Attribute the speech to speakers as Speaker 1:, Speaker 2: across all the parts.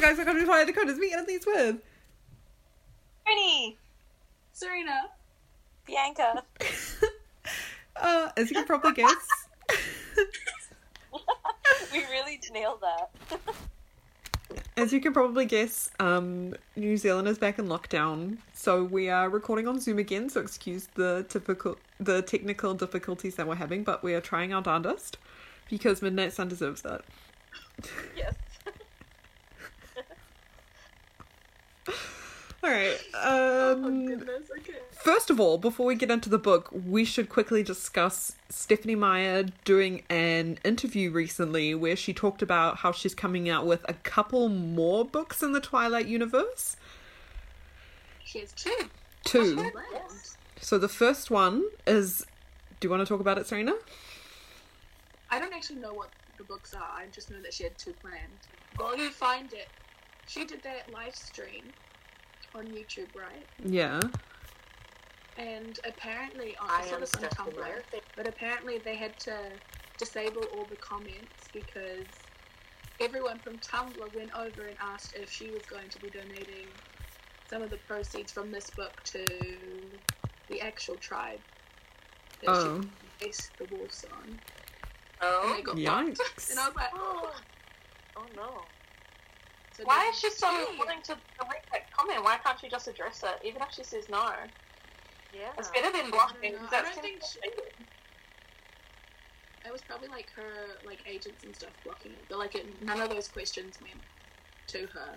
Speaker 1: guys for coming to Twilight Dakota's meet and at least with.
Speaker 2: Brittany,
Speaker 3: Serena.
Speaker 2: Bianca.
Speaker 1: Uh, as you can probably guess,
Speaker 2: we really nailed that.
Speaker 1: as you can probably guess, um, New Zealand is back in lockdown, so we are recording on Zoom again. So excuse the typical, the technical difficulties that we're having, but we are trying our darndest because Midnight Sun deserves that.
Speaker 2: yes.
Speaker 1: All right. Um,
Speaker 3: goodness. Okay.
Speaker 1: First of all, before we get into the book, we should quickly discuss Stephanie Meyer doing an interview recently where she talked about how she's coming out with a couple more books in the Twilight universe.
Speaker 3: She has two.
Speaker 1: Two.
Speaker 3: Yes.
Speaker 1: So the first one is. Do you want to talk about it, Serena?
Speaker 3: I don't actually know what the books are. I just know that she had two planned. While you find it, she did that live stream on YouTube, right?
Speaker 1: Yeah.
Speaker 3: And apparently, oh,
Speaker 4: I
Speaker 3: I saw
Speaker 4: am
Speaker 3: this on
Speaker 4: Stephanie
Speaker 3: Tumblr.
Speaker 4: Meyer.
Speaker 3: But apparently, they had to disable all the comments because everyone from Tumblr went over and asked if she was going to be donating some of the proceeds from this book to the actual tribe that
Speaker 1: Oh.
Speaker 3: she based the wolves on. And
Speaker 4: Oh,
Speaker 3: they got blocked.
Speaker 1: Yikes.
Speaker 3: And I was like,
Speaker 2: oh
Speaker 4: oh no.
Speaker 3: so
Speaker 2: Why
Speaker 3: they-
Speaker 2: is she so
Speaker 3: Yeah.
Speaker 2: willing to direct that comment? Why can't she just address it, even if she says no?
Speaker 4: Yeah.
Speaker 2: It's better than blocking.
Speaker 3: Oh. I don't know.
Speaker 2: 'cause
Speaker 3: I
Speaker 2: that's
Speaker 3: don't think
Speaker 2: intimidating.
Speaker 3: It was probably like her like agents and stuff blocking it, but like it, none of those questions went to her.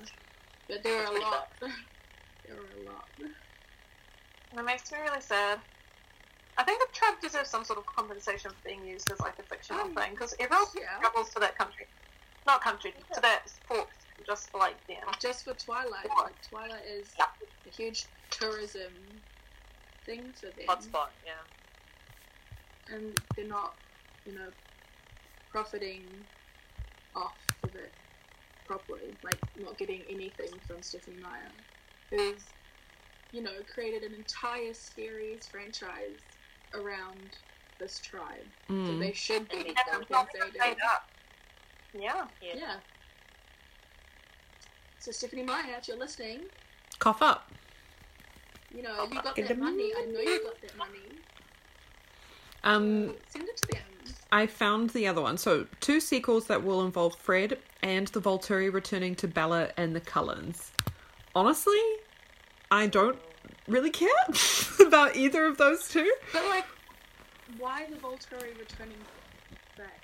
Speaker 3: But there were a lot. there were a lot.
Speaker 2: And It makes me really sad. I think the tribe deserves some sort of compensation for being used as like a fictional
Speaker 3: Um,
Speaker 2: thing, because everyone
Speaker 3: yeah.
Speaker 2: travels to that country, not country, to that sport, just for like them.
Speaker 3: Just for Twilight,
Speaker 2: Yeah.
Speaker 3: like Twilight is
Speaker 2: Yeah.
Speaker 3: a huge tourism thing for them,
Speaker 4: Hotspot, yeah.
Speaker 3: and they're not, you know, profiting off of it properly. Like not getting anything from Stephanie Meyer, who's you know created an entire series franchise around this tribe. So
Speaker 1: Mm.
Speaker 3: they should be
Speaker 4: And
Speaker 2: And it's not even
Speaker 3: compensated.
Speaker 2: paid up. Yeah.
Speaker 4: Yeah.
Speaker 3: Yeah. So Stephanie Meyer, if you're listening,
Speaker 1: Cough up.
Speaker 3: you know you got
Speaker 1: Get
Speaker 3: that
Speaker 1: the
Speaker 3: money. I know you got that money.
Speaker 1: Um,
Speaker 3: Send it to them.
Speaker 1: I found the other one. So two sequels that will involve Fred and the Volturi returning to Bella and the Cullens. Honestly, I don't really care about either of those two.
Speaker 3: But like, why the Volturi returning back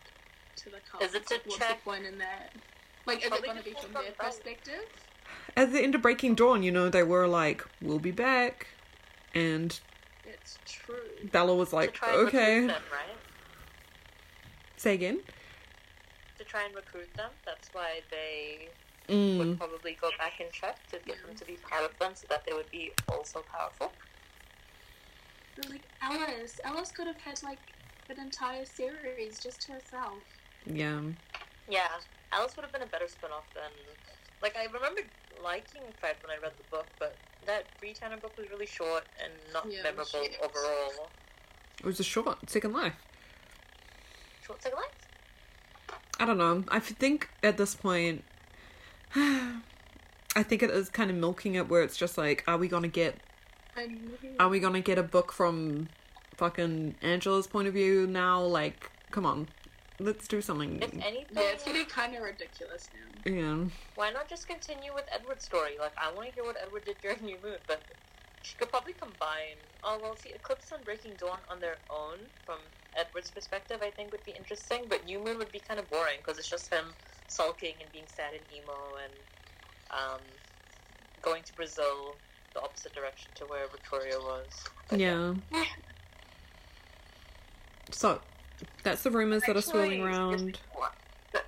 Speaker 3: to the cult?
Speaker 4: Is it to
Speaker 3: What's
Speaker 4: check-
Speaker 3: the point in that? Like, is it
Speaker 4: Probably
Speaker 3: going to
Speaker 4: to
Speaker 3: be
Speaker 4: check
Speaker 3: from
Speaker 4: on
Speaker 3: their
Speaker 4: both.
Speaker 3: perspective?
Speaker 1: At the end of Breaking Dawn, you know, they were like, "We'll be back," and
Speaker 3: It's true.
Speaker 1: Bella was
Speaker 4: to
Speaker 1: like,
Speaker 4: try and recruit
Speaker 1: "Okay."
Speaker 4: them, right?
Speaker 1: Say again.
Speaker 4: To try and recruit them. That's why they
Speaker 1: Mm.
Speaker 4: would probably go back and check to get them to be part of them so that they would be also powerful.
Speaker 3: But like Alice, Alice could have had like an entire series just to herself.
Speaker 1: Yeah.
Speaker 4: Yeah, Alice would have been a better spin-off than... Like, I remember liking Fred when I read the book, but that Retowner book was really short and not
Speaker 3: Yeah, it was
Speaker 4: memorable
Speaker 3: short.
Speaker 4: overall.
Speaker 1: It was a short Second Life.
Speaker 4: Short second life?
Speaker 1: I don't know. I think at this point, I think it is kind of milking it, where it's just like, "Are we gonna get
Speaker 3: I mean,
Speaker 1: are we gonna get a book from fucking Angela's point of view now? Like, come on, let's do something.
Speaker 4: If anything...
Speaker 3: yeah, it's getting kind of ridiculous now.
Speaker 1: Yeah,
Speaker 4: Why not just continue with Edward's story? Like, I want to hear what Edward did during New Moon, but she could probably combine. Oh, well, see, Eclipse and Breaking Dawn on their own, from Edward's perspective, I think would be interesting, but New Moon would be kind of boring because it's just him sulking and being sad and emo and um, going to Brazil the opposite direction to where Victoria was. But
Speaker 1: yeah. so, that's the rumors that are swirling
Speaker 2: Actually,
Speaker 1: around.
Speaker 2: that-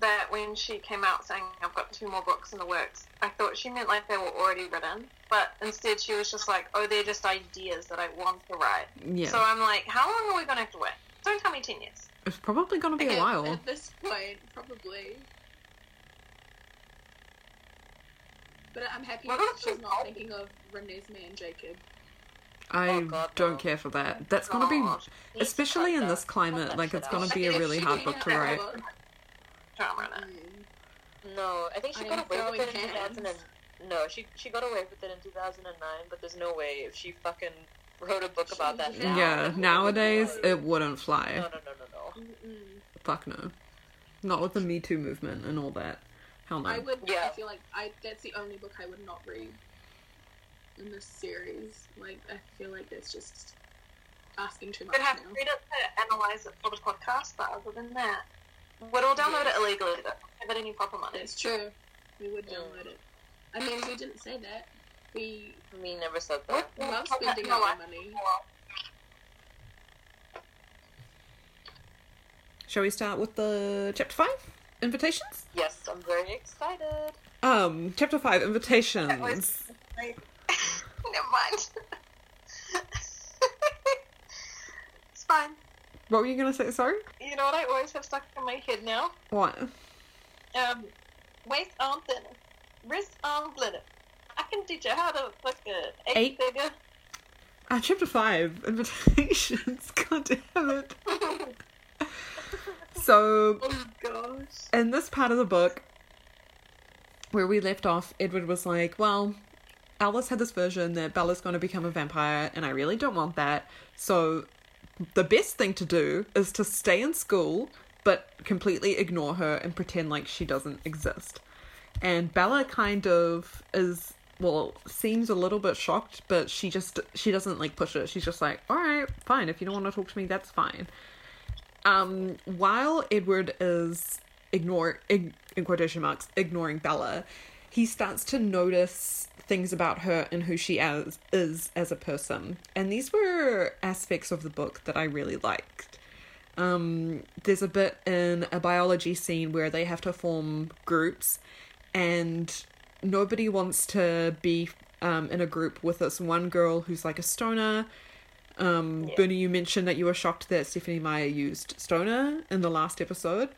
Speaker 2: That when she came out saying, I've got two more books in the works, I thought she meant like they were already written, but instead she was just like, oh, they're just ideas that I want to write.
Speaker 1: Yeah,
Speaker 2: So I'm like, how long are we going to have to wait? Don't tell me 10 years.
Speaker 1: it's probably gonna be a
Speaker 3: At-
Speaker 1: while.
Speaker 3: At this point, probably. But I'm happy
Speaker 2: Well,
Speaker 3: that
Speaker 2: that's
Speaker 3: she's
Speaker 2: just
Speaker 3: not
Speaker 2: all-
Speaker 3: thinking of Renesmee and Jacob.
Speaker 1: I
Speaker 4: Oh, God,
Speaker 1: don't
Speaker 4: no.
Speaker 1: care for that. That's gonna
Speaker 2: Gosh,
Speaker 1: be, especially in this climate, like it's gonna
Speaker 3: out.
Speaker 1: be a really
Speaker 3: She
Speaker 1: hard
Speaker 3: didn't
Speaker 1: book to
Speaker 3: have
Speaker 1: write.
Speaker 3: that book.
Speaker 2: drama in it.
Speaker 3: Mm.
Speaker 4: Mm. No, I think she
Speaker 3: I
Speaker 4: got
Speaker 3: am
Speaker 4: away with
Speaker 3: throwing
Speaker 4: it in two thousand and
Speaker 3: hands.
Speaker 4: no, she she got away with it in two thousand and nine. But there's no way if she fucking wrote a book about that.
Speaker 3: Yeah.
Speaker 4: Now,
Speaker 1: yeah,
Speaker 4: that would
Speaker 1: nowadays
Speaker 4: be-
Speaker 1: it wouldn't fly.
Speaker 4: No, no, no, no, no.
Speaker 3: Mm-mm.
Speaker 1: Fuck no. Not with the Me Too movement and all that. Hell no.
Speaker 3: I would.
Speaker 4: Yeah.
Speaker 3: I feel like I. That's the only book I would not read in this series. Like I feel like that's just asking too much
Speaker 2: We'd have
Speaker 3: now.
Speaker 2: to read it to analyze it for the podcast, but other than that, we'd all download it illegally. Though. Don't Have it any proper money.
Speaker 3: That's true. We would
Speaker 4: Yeah.
Speaker 3: download it. I mean, we didn't say that. We
Speaker 4: Me never said that.
Speaker 2: Yeah,
Speaker 3: love
Speaker 2: okay,
Speaker 3: spending
Speaker 2: no,
Speaker 3: our
Speaker 2: I-
Speaker 3: money.
Speaker 1: Shall we start with the chapter five? Invitations?
Speaker 4: Yes, I'm very excited.
Speaker 1: Um, chapter five, invitations.
Speaker 2: Like, Never mind. it's fine.
Speaker 1: What were you gonna say, sorry?
Speaker 2: You know what I always have stuck in my head now?
Speaker 1: What?
Speaker 2: Um, waist arm thinner, wrist arm thinner. I can teach you how to fuck a
Speaker 1: Eight?
Speaker 2: eight figure.
Speaker 1: Ah, chapter five, invitations. God damn it. So
Speaker 2: Oh gosh.
Speaker 1: in this part of the book where we left off, Edward was like, Well, Alice had this vision that Bella's going to become a vampire, and I really don't want that. So, the best thing to do is to stay in school, but completely ignore her and pretend like she doesn't exist. And Bella kind of is, well, seems a little bit shocked, but she just, she doesn't like push it. She's just like, All right, fine. If you don't want to talk to me, that's fine um, while Edward is ignore ig- in quotation marks ignoring Bella, he starts to notice things about her and who she as is as a person, and these were aspects of the book that I really liked. Um, there's a bit in a biology scene where they have to form groups, and nobody wants to be um, in a group with this one girl who's like a stoner um, Bernie, you mentioned that you were shocked that Stephanie Meyer used Stoner in the last episode,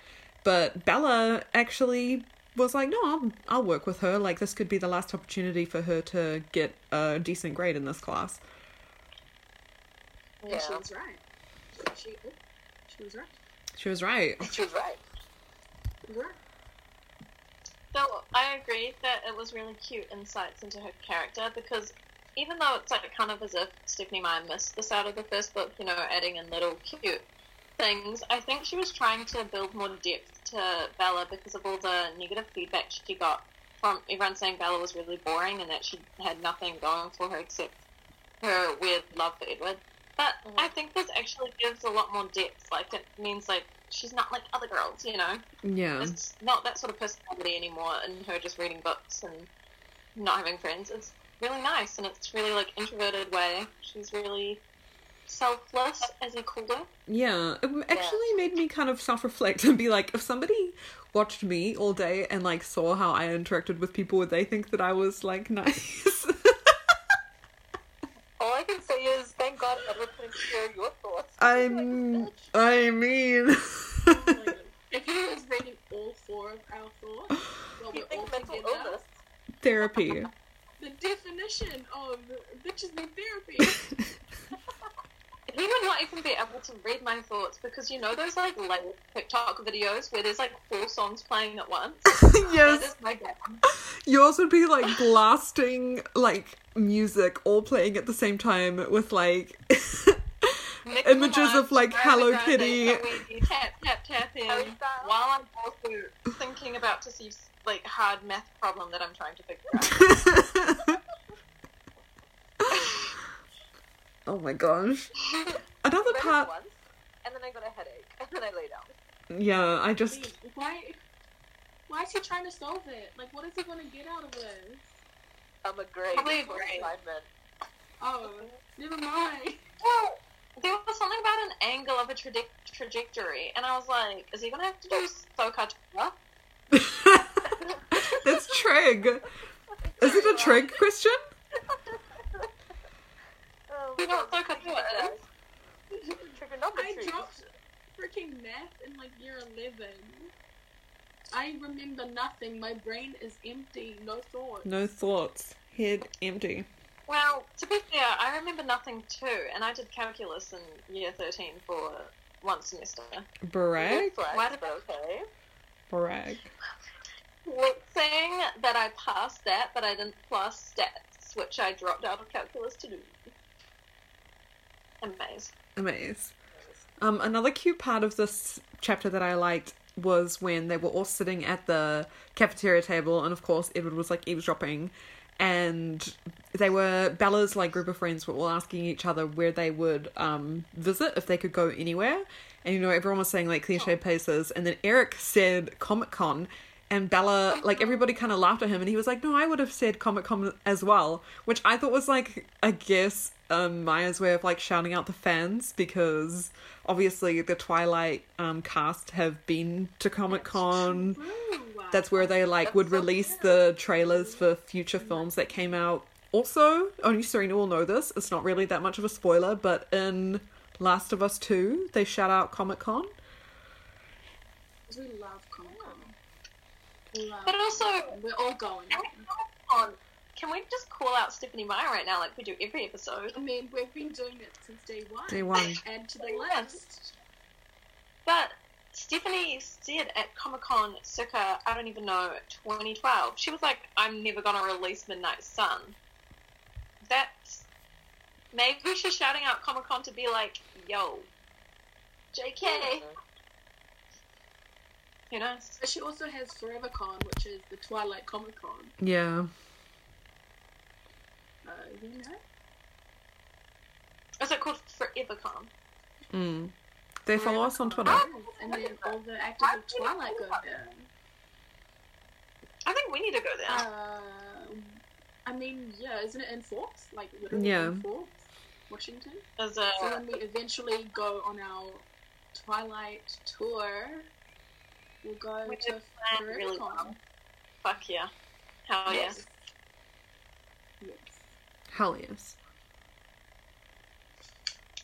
Speaker 1: but Bella actually was like, no, I'll, I'll work with her. Like, this could be the last opportunity for her to get a decent grade in this class.
Speaker 3: And
Speaker 4: Yeah,
Speaker 3: she was right. She, oh, she was right.
Speaker 1: She was right.
Speaker 4: she was right.
Speaker 3: She was right.
Speaker 2: So I agree that it was really cute insights into her character because even though it's like kind of as if Stephanie Meyer missed this out of the first book, you know, adding in little cute things, I think she was trying to build more depth to Bella because of all the negative feedback she got from everyone saying Bella was really boring and that she had nothing going for her except her weird love for Edward. But
Speaker 4: Mhm.
Speaker 2: I think this actually gives a lot more depth. Like it means like she's not like other girls, you know
Speaker 1: Yeah.
Speaker 2: it's not that sort of personality anymore and her just reading books and not having friends it's really nice and it's really like introverted way she's really selfless as he called her
Speaker 1: Yeah. It actually made me kind of self reflect and be like, if somebody watched me all day and like saw how I interacted with people, would they think that I was like nice?
Speaker 4: All I can say is thank God Edward couldn't hear your thoughts.
Speaker 1: I'm. I mean.
Speaker 3: Like, if you was reading all four of our thoughts, well,
Speaker 4: You
Speaker 3: we're all
Speaker 4: think mental
Speaker 3: together.
Speaker 4: illness?
Speaker 1: Therapy.
Speaker 3: The definition of bitches need therapy.
Speaker 2: he would not even be able to read my thoughts because you know those like late tiktok videos where there's like four songs playing at once
Speaker 1: yes.
Speaker 2: that is my jam.
Speaker 1: Yours would be like blasting like music all playing at the same time with like
Speaker 2: Nicki
Speaker 1: images
Speaker 2: Minaj,
Speaker 1: of like
Speaker 2: Ariana
Speaker 1: Hello
Speaker 2: Grande,
Speaker 1: Kitty.
Speaker 2: Saweetie, tap tap tap in
Speaker 4: Harry Styles.
Speaker 2: while I'm also thinking about to see like hard math problem that I'm trying to figure out.
Speaker 1: oh my gosh. Another
Speaker 4: Read it
Speaker 1: part
Speaker 4: once, and then I got a headache, and then I lay down.
Speaker 1: Yeah, I just
Speaker 3: Wait, why? Why is he trying to solve it? Like, what is he gonna get out of this?
Speaker 4: I'm a great
Speaker 2: Probably a
Speaker 4: full
Speaker 2: grade.
Speaker 4: assignment.
Speaker 3: Oh, never mind.
Speaker 2: Well, there was something about an angle of a traje- trajectory, and I was like, is he going to have to do Sokatura?
Speaker 1: That's trig. Is it a trig question?
Speaker 4: Oh,
Speaker 2: You know what Sokatura is?
Speaker 4: trigonometry. Trigonometry.
Speaker 3: I dropped freaking math in like year eleven. I remember nothing. My brain is empty. No thought.
Speaker 1: No thoughts. Head empty.
Speaker 2: Well, to be fair, I remember nothing too, and I did calculus in year 13 for one semester.
Speaker 1: Brag?
Speaker 4: Flex,
Speaker 2: Why did-
Speaker 4: but okay.
Speaker 1: Brag.
Speaker 2: Well, saying that I passed that, but I didn't plus stats, which I dropped out of calculus to do. Amaze.
Speaker 1: Amaze. Um, another cute part of this chapter that I liked was when they were all sitting at the cafeteria table, and of course Edward was like eavesdropping, and they were Bella's like group of friends were all asking each other where they would um visit if they could go anywhere, and you know everyone was saying like cliche places, and then Eric said Comic Con. And Bella, like everybody kind of laughed at him, and he was like, No, I would have said Comic Con as well, which I thought was like, I guess, um, Maya's way of like shouting out the fans because obviously the Twilight um, cast have been to Comic Con Mm. that's where they like would
Speaker 4: That's so
Speaker 1: release the trailers for future films that came out. Also, oh, only Serena will know this. It's not really that much of a spoiler, but in Last of Us Two, they shout out Comic Con.
Speaker 3: Because we love Comic Con. We love
Speaker 2: But also-
Speaker 3: Comic-Con. we're all going.
Speaker 2: On, can we just call out Stephanie Meyer right now, like we do every episode?
Speaker 3: I mean, we've been doing it since day one.
Speaker 1: Day one.
Speaker 3: And to the
Speaker 2: Day one.
Speaker 3: last.
Speaker 2: But Stephanie said at Comic Con circa, I don't even know, 2012, she was like, I'm never going to release Midnight Sun. That's. Maybe she's shouting out Comic Con to be like, yo, JK, you know?
Speaker 3: But she also has Forever Con, which is the Twilight Comic Con.
Speaker 1: Yeah,
Speaker 3: Uh, you know?
Speaker 2: Is it called Forever Con?
Speaker 1: mm. they follow us on Twitter.
Speaker 3: Yes, And then all the actors of Twilight go there.
Speaker 2: I think we need to go there.
Speaker 3: Uh, I mean, yeah, isn't it in Forbes? Like, literally
Speaker 1: Yeah.
Speaker 3: in Forbes, Washington.
Speaker 2: There's a-
Speaker 3: So when we eventually go on our Twilight tour, we'll go
Speaker 2: We
Speaker 3: to
Speaker 2: planned
Speaker 3: Forever
Speaker 2: really
Speaker 3: Con.
Speaker 2: well. fuck yeah. Hell yeah.
Speaker 3: Yes. Yes.
Speaker 1: Hell yes.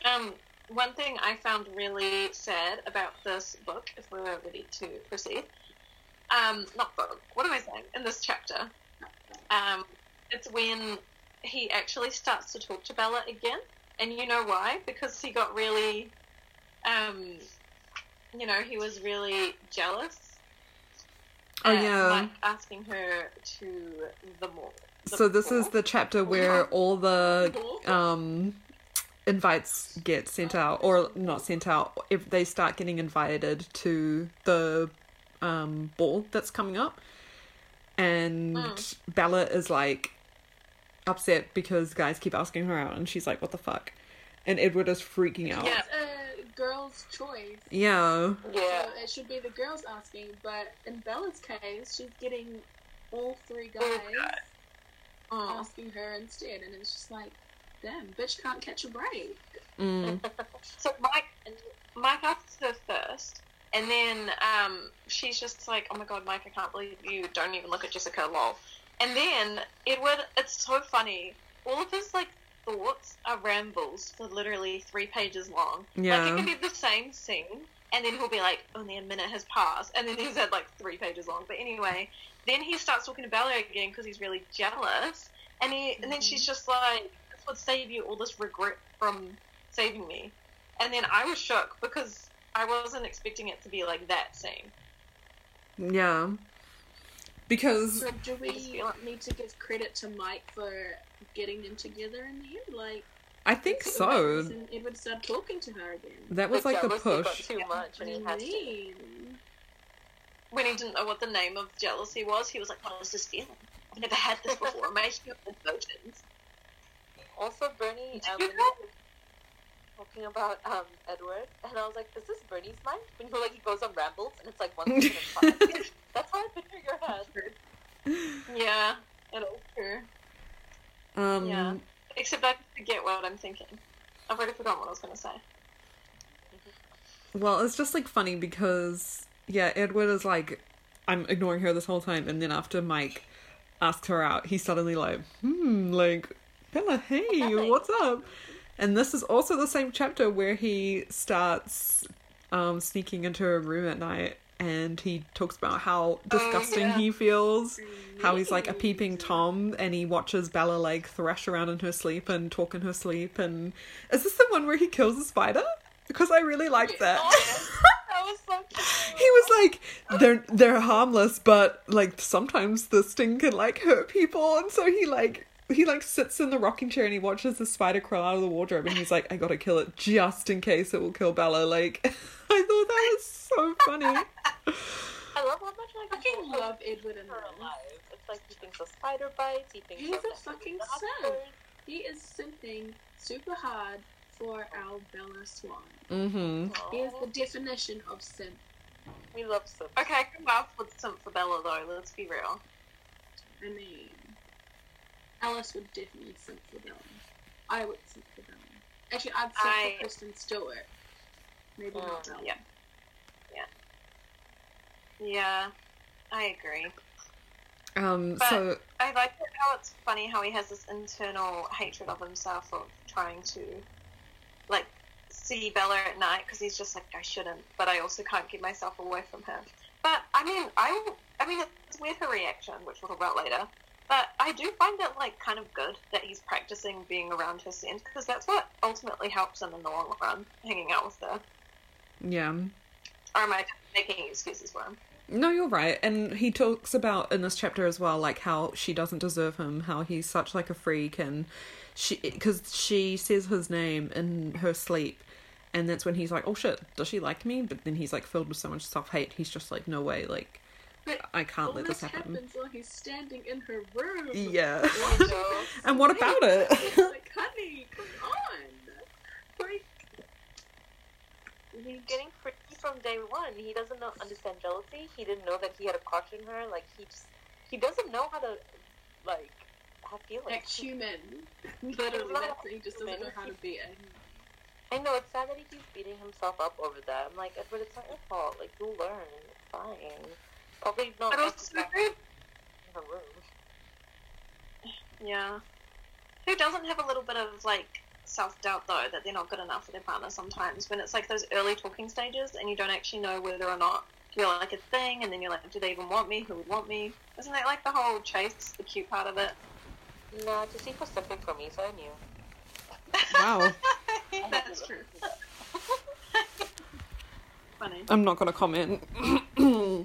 Speaker 2: Um, one thing I found really sad about this book, if we were ready to proceed, um, not book, what am I saying? In this chapter, um, it's when he actually starts to talk to Bella again, and you know why? Because he got really, um, you know, he was really jealous.
Speaker 1: Oh,
Speaker 2: at,
Speaker 1: yeah.
Speaker 2: like asking her to the mall. the
Speaker 1: So this is
Speaker 2: mall.
Speaker 1: the chapter where all the
Speaker 3: Cool.
Speaker 1: um invites get sent out or not sent out if they start getting invited to the um ball that's coming up and
Speaker 2: Mm.
Speaker 1: Bella is like upset because guys keep asking her out and she's like what the fuck and Edward is freaking out
Speaker 2: Yeah.
Speaker 3: It's a girl's choice.
Speaker 1: yeah
Speaker 4: Yeah.
Speaker 3: So it should be the girls asking, but in Bella's case, she's getting all three guys
Speaker 2: All Mm.
Speaker 3: asking her instead, and it's just like, damn, bitch can't catch a break.
Speaker 1: mm.
Speaker 2: So Mike, Mike asks her first, and then um, she's just like, "Oh my god, Mike, I can't believe you don't even look at Jessica, lol." And then Edward, it's so funny. All of his like thoughts are rambles for literally three pages long. Like
Speaker 1: Yeah.
Speaker 2: it can be the same scene, and then he'll be like, "Only a minute has passed," and then he's at like three pages long. But anyway, then he starts talking to Bella again because he's really jealous, and he and then she's just like, "This would save you all this regret from saving me," and then I was shook because I wasn't expecting it to be like that scene.
Speaker 1: yeah because
Speaker 3: So do
Speaker 2: I just
Speaker 3: we
Speaker 2: feel like-
Speaker 3: need to give credit to Mike for getting them together in the end? Like,
Speaker 1: I think
Speaker 3: that's the only
Speaker 1: so
Speaker 3: reason Edward started talking to her again.
Speaker 1: that was like the
Speaker 4: jealousy got
Speaker 1: push
Speaker 4: Too much, and he
Speaker 3: What
Speaker 4: has
Speaker 3: do
Speaker 4: to.
Speaker 3: you mean?
Speaker 2: When he didn't know what the name of jealousy was, he was like, "What is this feeling? I've never had this before. Am I human emotions?"
Speaker 4: Also, Bernie, um,
Speaker 2: You
Speaker 4: when you
Speaker 2: know?
Speaker 4: were talking about um, Edward, and I was like, "Is this Bernie's mind?" When you're like, he goes on rambles, and it's like one thing at a time. That's how I picture your head.
Speaker 2: Yeah, it is true.
Speaker 1: um
Speaker 2: Yeah. Except I forget what I'm thinking. I've already forgotten what I was going to say.
Speaker 1: Well, it's just like funny because yeah, Edward is like, I'm ignoring her this whole time, and then after Mike asked her out, he's suddenly like, hmm, like Bella, hey, what's up? And this is also the same chapter where he starts um, sneaking into her room at night, and he talks about how disgusting
Speaker 2: yeah.
Speaker 1: he feels, how he's like a peeping tom, and he watches Bella like thrash around in her sleep and talk in her sleep. And is this the one where he kills a spider? Because I really liked that.
Speaker 2: Oh, yeah. that was so cute.
Speaker 1: He was like, they're they're harmless, but like sometimes the sting can like hurt people, and so he like he like sits in the rocking chair and he watches the spider crawl out of the wardrobe, and he's like, I gotta kill it just in case it will kill Bella. Like, I thought that was so funny.
Speaker 4: I love how much like
Speaker 3: fucking
Speaker 4: people
Speaker 3: love Edward in
Speaker 4: are
Speaker 3: this.
Speaker 4: alive. It's like he thinks of spider bites. He thinks
Speaker 3: He's
Speaker 4: of
Speaker 3: a
Speaker 4: like,
Speaker 3: fucking
Speaker 4: the
Speaker 3: son.
Speaker 4: birds.
Speaker 3: He is simping super hard for our Bella Swan.
Speaker 1: Mm-hmm.
Speaker 3: He is
Speaker 4: Aw,
Speaker 3: the definition of simp.
Speaker 4: We love so.
Speaker 2: Okay, I can laugh with some for Bella though. Let's be real.
Speaker 3: I mean, Alice would definitely simp for Bella. I would simp for Bella. Actually, I'd simp
Speaker 2: I-
Speaker 3: for Kristen Stewart. Maybe
Speaker 4: Mm,
Speaker 3: not Bella.
Speaker 2: yeah. Yeah, I agree.
Speaker 1: Um.
Speaker 2: But-
Speaker 1: So
Speaker 2: I like it how it's funny how he has this internal hatred of himself of trying to, like, see Bella at night because he's just like, I shouldn't, but I also can't get myself away from her. But I mean, I, I mean, it's weird her reaction, which we'll talk about later. But I do find it like kind of good that he's practicing being around her scent because that's what ultimately helps him in the long run, hanging out with her.
Speaker 1: yeah.
Speaker 2: Or am I making excuses for him?
Speaker 1: No, you're right. And he talks about in this chapter as well, like how she doesn't deserve him, how he's such like a freak, and she because she says his name in her sleep, and that's when he's like, oh shit, does she like me? But then he's like filled with so much self hate, he's just like, no way, like
Speaker 3: But
Speaker 1: I can't let Oh, this
Speaker 3: this
Speaker 1: happen.
Speaker 3: happens while he's standing in her room.
Speaker 1: Yeah.
Speaker 2: Joe.
Speaker 1: and what about it?
Speaker 3: like, honey, come on. Like,
Speaker 4: He's getting freaky from day one. He doesn't know understand jealousy. He didn't know that he had a crush on her. Like he just he doesn't know how to like have feelings.
Speaker 3: act human. Literally,
Speaker 4: not
Speaker 3: that's it. He just doesn't
Speaker 4: human.
Speaker 3: know how to be it.
Speaker 4: I know it's sad that he keeps beating himself up over that. I'm like Edward, it's not your fault. Like you'll learn. It's fine. Probably not.
Speaker 2: But also,
Speaker 4: exercise
Speaker 2: who
Speaker 4: in her room.
Speaker 2: Yeah. Who doesn't have a little bit of like self doubt though that they're not good enough for their partner sometimes when it's like those early talking stages and you don't actually know whether or not you're like a thing and then you're like, do they even want me? Who would want me? Isn't that like the whole chase, the cute part of it?
Speaker 4: No, just he was something for me, so I knew.
Speaker 1: wow,
Speaker 2: That's true. Funny.
Speaker 1: I'm not gonna comment.
Speaker 3: I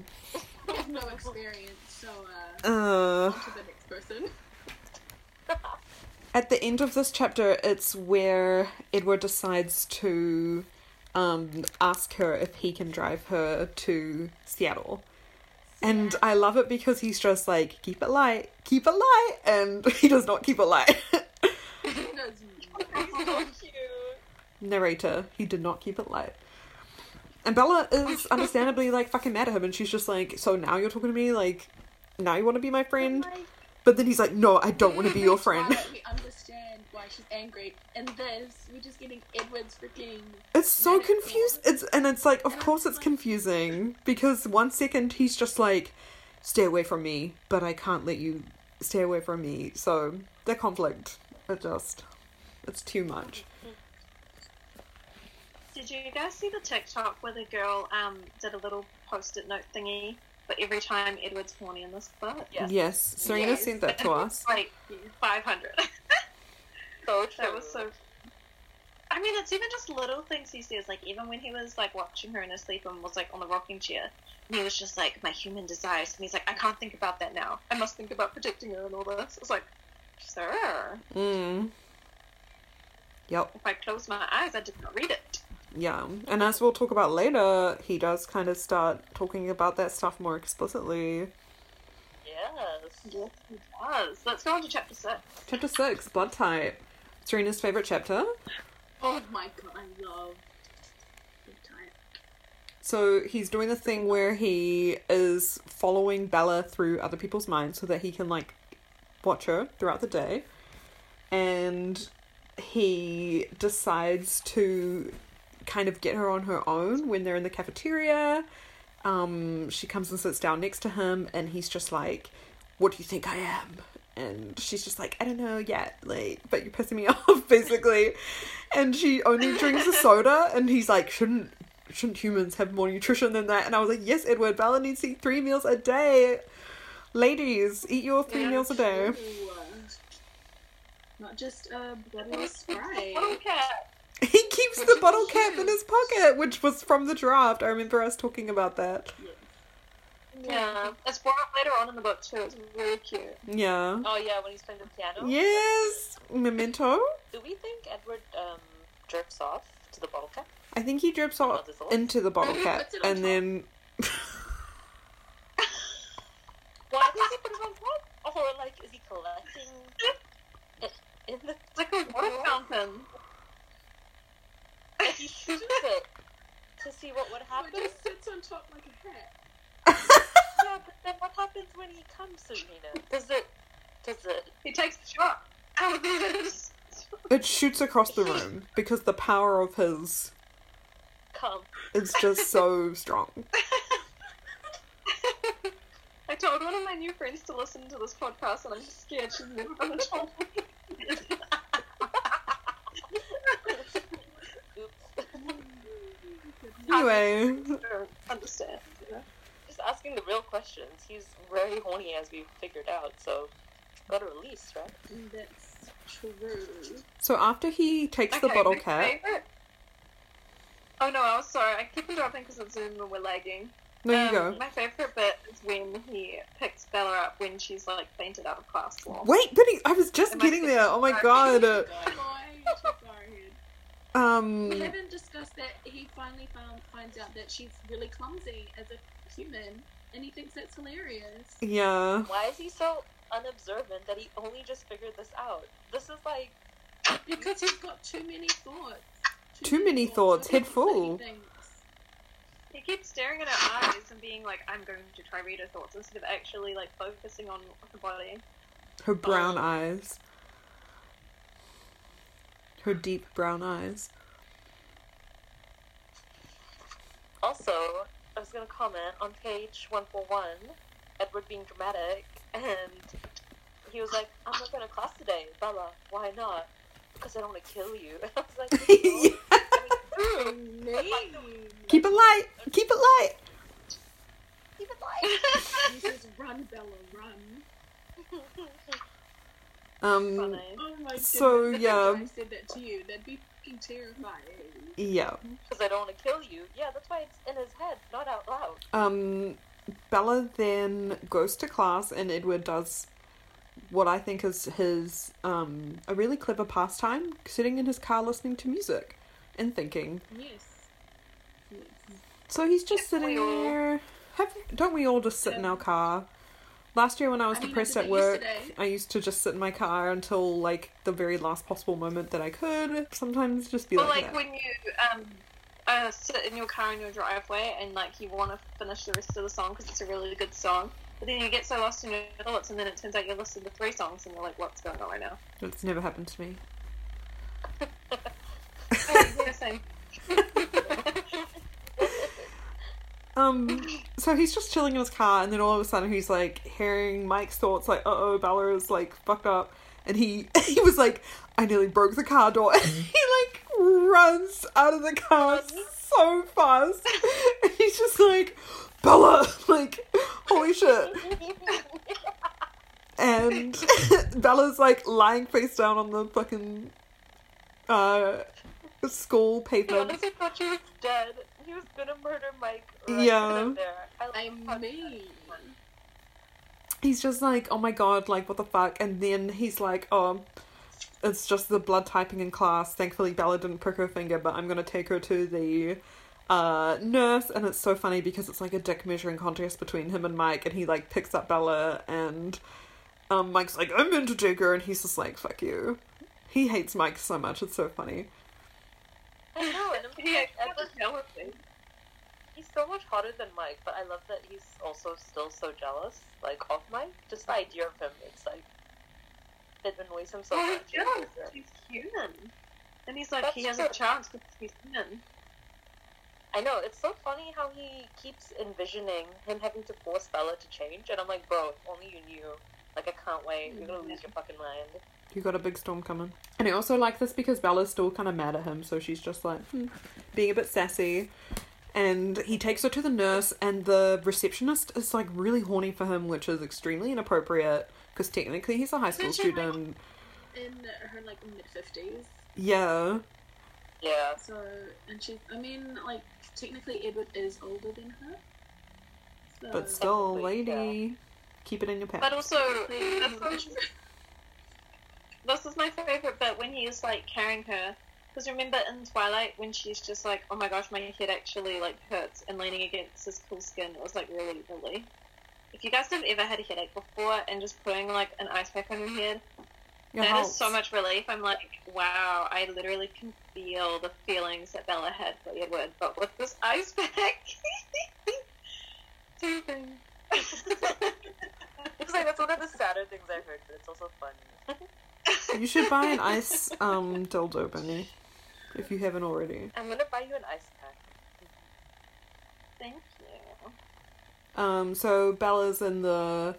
Speaker 3: have no experience, so uh,
Speaker 1: uh.
Speaker 3: on to the next person.
Speaker 1: at the end of this chapter, it's where Edward decides to um, ask her if he can drive her to Seattle. And I love it because he's just like, keep it light, keep it light. And he does not keep it light.
Speaker 3: He knows
Speaker 4: cute.
Speaker 1: Narrator, he did not keep it light. And Bella is understandably like fucking mad at him. And she's just like, so now you're talking to me? Like, now you want to be my friend? But then he's like, no, I don't want to be your friend.
Speaker 3: We understand why she's angry, and this we're just getting Edward's freaking.
Speaker 1: It's so
Speaker 3: Then it
Speaker 1: confused. It's and it's like, of course, it's confusing because one second he's just like, "Stay away from me," but I can't let you stay away from me. So the conflict, it just, it's too much.
Speaker 2: Did you guys see the TikTok where the girl um did a little post it note thingy? But every time Edward's horny in this book,
Speaker 4: Yes.
Speaker 1: Yes, Serena
Speaker 3: Yes.
Speaker 1: sent that to us.
Speaker 2: like 500.
Speaker 4: So true.
Speaker 2: That was so. I mean, it's even just little things he says. Like even when he was like watching her in her sleep and was like on the rocking chair, and he was just like, "My human desires," and he's like, "I can't think about that now. I must think about protecting her and all this." It's like, sir,
Speaker 1: Mm. Yep.
Speaker 2: if I closed my eyes, I did not read it.
Speaker 1: Yeah, and as we'll talk about later, he does kind of start talking about that stuff more explicitly.
Speaker 4: Yes.
Speaker 2: Yes, he does. Let's go on to chapter six.
Speaker 1: Chapter six, blood type. Serena's favorite chapter.
Speaker 3: Oh my god, I love. Good time.
Speaker 1: So he's doing the thing where he is following Bella through other people's minds so that he can like watch her throughout the day. And he decides to kind of get her on her own when they're in the cafeteria. Um, she comes and sits down next to him, and he's just like, What do you think I am? And she's just like, I don't know yet, like, but you're pissing me off, basically. And she only drinks a soda, and he's like, Shouldn't shouldn't humans have more nutrition than that? And I was like, Yes, Edward, Bella needs to eat three meals a day. Ladies, eat your three
Speaker 3: Yeah,
Speaker 1: meals a day.
Speaker 3: true. Not just a uh, bloody Sprite.
Speaker 2: Little cat.
Speaker 1: He keeps
Speaker 3: Which
Speaker 1: the
Speaker 3: is
Speaker 1: bottle cap in
Speaker 3: huge.
Speaker 1: his pocket, which was from the draft. I remember us talking about that.
Speaker 2: Yeah, it's brought up later on in the book too. It's really cute.
Speaker 1: Yeah.
Speaker 4: Oh yeah, when he's playing the piano.
Speaker 1: Yes. Memento.
Speaker 4: Do we think Edward um, jerks off to the bottle cap?
Speaker 1: I think he drips off into the bottle cap
Speaker 3: Puts it on
Speaker 1: and
Speaker 3: top.
Speaker 1: then
Speaker 4: Why does he put it on top? Or like, is he collecting it in the?
Speaker 2: It's like a water fountain.
Speaker 4: Like he shoots it to see what would
Speaker 3: Oh,
Speaker 4: happen.
Speaker 3: it just sits on top like a hat.
Speaker 4: Yeah, but then what happens when he comes, Serena? Does it? Does it?
Speaker 2: He takes the shot. How it is.
Speaker 1: it shoots across the room because the power of his
Speaker 4: come.
Speaker 1: is just so strong.
Speaker 2: I told one of my new friends to listen to this podcast, and I'm scared she's never going to tell me.
Speaker 4: Oops.
Speaker 1: Anyway,
Speaker 2: I don't understand. you know?
Speaker 4: Just asking the real questions. He's very horny, as we figured out. So, got a release, right?
Speaker 1: Mm.
Speaker 3: That's true.
Speaker 1: so after he takes the bottle
Speaker 2: my
Speaker 1: cap,
Speaker 2: favorite- Oh no, I was sorry. I keep interrupting because it's Zoom and we're lagging.
Speaker 1: no, you
Speaker 2: Um,
Speaker 1: go.
Speaker 2: My favorite bit is when he picks Bella up when she's like fainted out of class floor.
Speaker 1: Wait, but he, I was just
Speaker 2: Am I
Speaker 1: getting there. Oh my god.
Speaker 2: supposed to
Speaker 1: Uh,
Speaker 3: Too far ahead. We
Speaker 1: Um,
Speaker 3: haven't discussed that he finally found, finds out that she's really clumsy as a human, and he thinks that's hilarious.
Speaker 1: yeah.
Speaker 4: Why is he so unobservant that he only just figured this out? This is like
Speaker 3: Because he's got too many thoughts.
Speaker 1: Too many thoughts,
Speaker 3: of
Speaker 1: head
Speaker 3: things that he
Speaker 1: full.
Speaker 3: thinks.
Speaker 2: He keeps staring at her eyes and being like, "I'm going to try reader thoughts" instead of actually like focusing on her body.
Speaker 1: Her brown eyes. Her deep brown eyes.
Speaker 4: also. I was gonna comment on page one four one. Edward being dramatic, and he was like, "I'm not going to class today, Bella. Why not? Because I don't want to kill you." And I was like,
Speaker 1: Yeah.
Speaker 4: "Ooh,
Speaker 1: Keep it light! Keep it light!
Speaker 4: keep it light."
Speaker 3: He says, "Run, Bella, run!"
Speaker 1: Um,
Speaker 2: Funny.
Speaker 3: Oh my goodness!
Speaker 1: So,
Speaker 3: if
Speaker 1: yeah.
Speaker 3: I said that to you, that'd be fucking terrifying.
Speaker 1: yeah.
Speaker 4: Because I don't want to kill you. Yeah, that's why it's in his head, not out loud.
Speaker 1: Um, Bella then goes to class, and Edward does what I think is his um a really clever pastime, sitting in his car listening to music and thinking.
Speaker 3: Yes. Yes.
Speaker 1: So he's just
Speaker 2: Don't we
Speaker 1: sitting
Speaker 2: all?
Speaker 1: there. Have, don't we all just sit in our car? Last year when I was
Speaker 3: I mean, I
Speaker 1: depressed
Speaker 3: did
Speaker 1: at
Speaker 3: that
Speaker 1: work,
Speaker 3: yesterday.
Speaker 1: I used to just sit in my car until like the very last possible moment that I could. Sometimes just be
Speaker 2: But
Speaker 1: like,
Speaker 2: like
Speaker 1: that.
Speaker 2: when you um uh, sit in your car in your driveway and like you want to finish the rest of the song because it's a really good song, but then you get so lost in your thoughts and then it turns out you're listening to three songs and you're like, what's going on right now?
Speaker 1: That's never happened to me.
Speaker 2: Oh, yeah, same.
Speaker 1: Um, so he's just chilling in his car, and then all of a sudden he's like hearing Mike's thoughts, like, "Uh oh, Bella is like fucked up," and he he was like, "I nearly broke the car door." And he like runs out of the car so fast, and he's just like, "Bella, like, holy shit!" And Bella's like lying face down on the fucking uh school
Speaker 4: He
Speaker 1: pavement.
Speaker 4: honestly thought she was dead. He was gonna murder Mike right
Speaker 1: Yeah.
Speaker 4: then and there. I,
Speaker 3: I
Speaker 4: love
Speaker 3: mean,
Speaker 1: he's just like, oh my god, like what the fuck? And then he's like, oh, it's just the blood typing in class. Thankfully, Bella didn't prick her finger, but I'm gonna take her to the uh, nurse. And it's so funny because it's like a dick measuring contest between him and Mike, and he like picks up Bella, and um, Mike's like, I'm going to take her, and he's just like, fuck you. He hates Mike so much. It's so funny.
Speaker 4: I know, and I'm just
Speaker 2: Yeah,
Speaker 4: like, Edward, he's so much hotter than Mike, but I love that he's also still so jealous, like of Mike. Just the idea of him, it's like it annoys him so
Speaker 2: Oh,
Speaker 4: much.
Speaker 2: yeah, he's human. And he's like,
Speaker 4: That's
Speaker 2: he has
Speaker 4: true.
Speaker 2: a chance because he's human.
Speaker 4: I know it's so funny how he keeps envisioning him having to force Bella to change, and I'm like, bro, if only you knew. Like, I can't wait. You're gonna lose your fucking mind.
Speaker 1: You got a big storm coming. And I also like this because Bella's still kind of mad at him, so she's just like hmm, being a bit sassy. And he takes her to the nurse, and the receptionist is like really horny for him, which is extremely inappropriate because technically he's a high school
Speaker 3: Isn't she, like-
Speaker 1: student.
Speaker 3: in her like mid fifties.
Speaker 1: Yeah.
Speaker 4: Yeah.
Speaker 3: So, and she, I mean, like, technically Edward is older than her. So,
Speaker 1: But still,
Speaker 4: Technically,
Speaker 1: lady,
Speaker 4: yeah.
Speaker 1: keep it in your pouch.
Speaker 2: Oh, But also, that's- this is my favorite bit when he is like carrying her. Because remember in Twilight when she's just like, oh my gosh, my head actually like hurts, and leaning against his cool skin it was like really really. If you guys have ever had a headache before and just putting like an ice pack on your head, that
Speaker 1: Your
Speaker 2: is
Speaker 1: house.
Speaker 2: so much relief. I'm like, wow, I literally can feel the feelings that Bella had for Edward, but with this ice pack, two things.
Speaker 4: It's like that's one of the sadder things I heard, but it's also funny.
Speaker 1: You should buy an ice um dildo, Benny, if you haven't already.
Speaker 4: I'm gonna buy you an ice pack.
Speaker 2: Thank you.
Speaker 1: Um, so Bella's in the.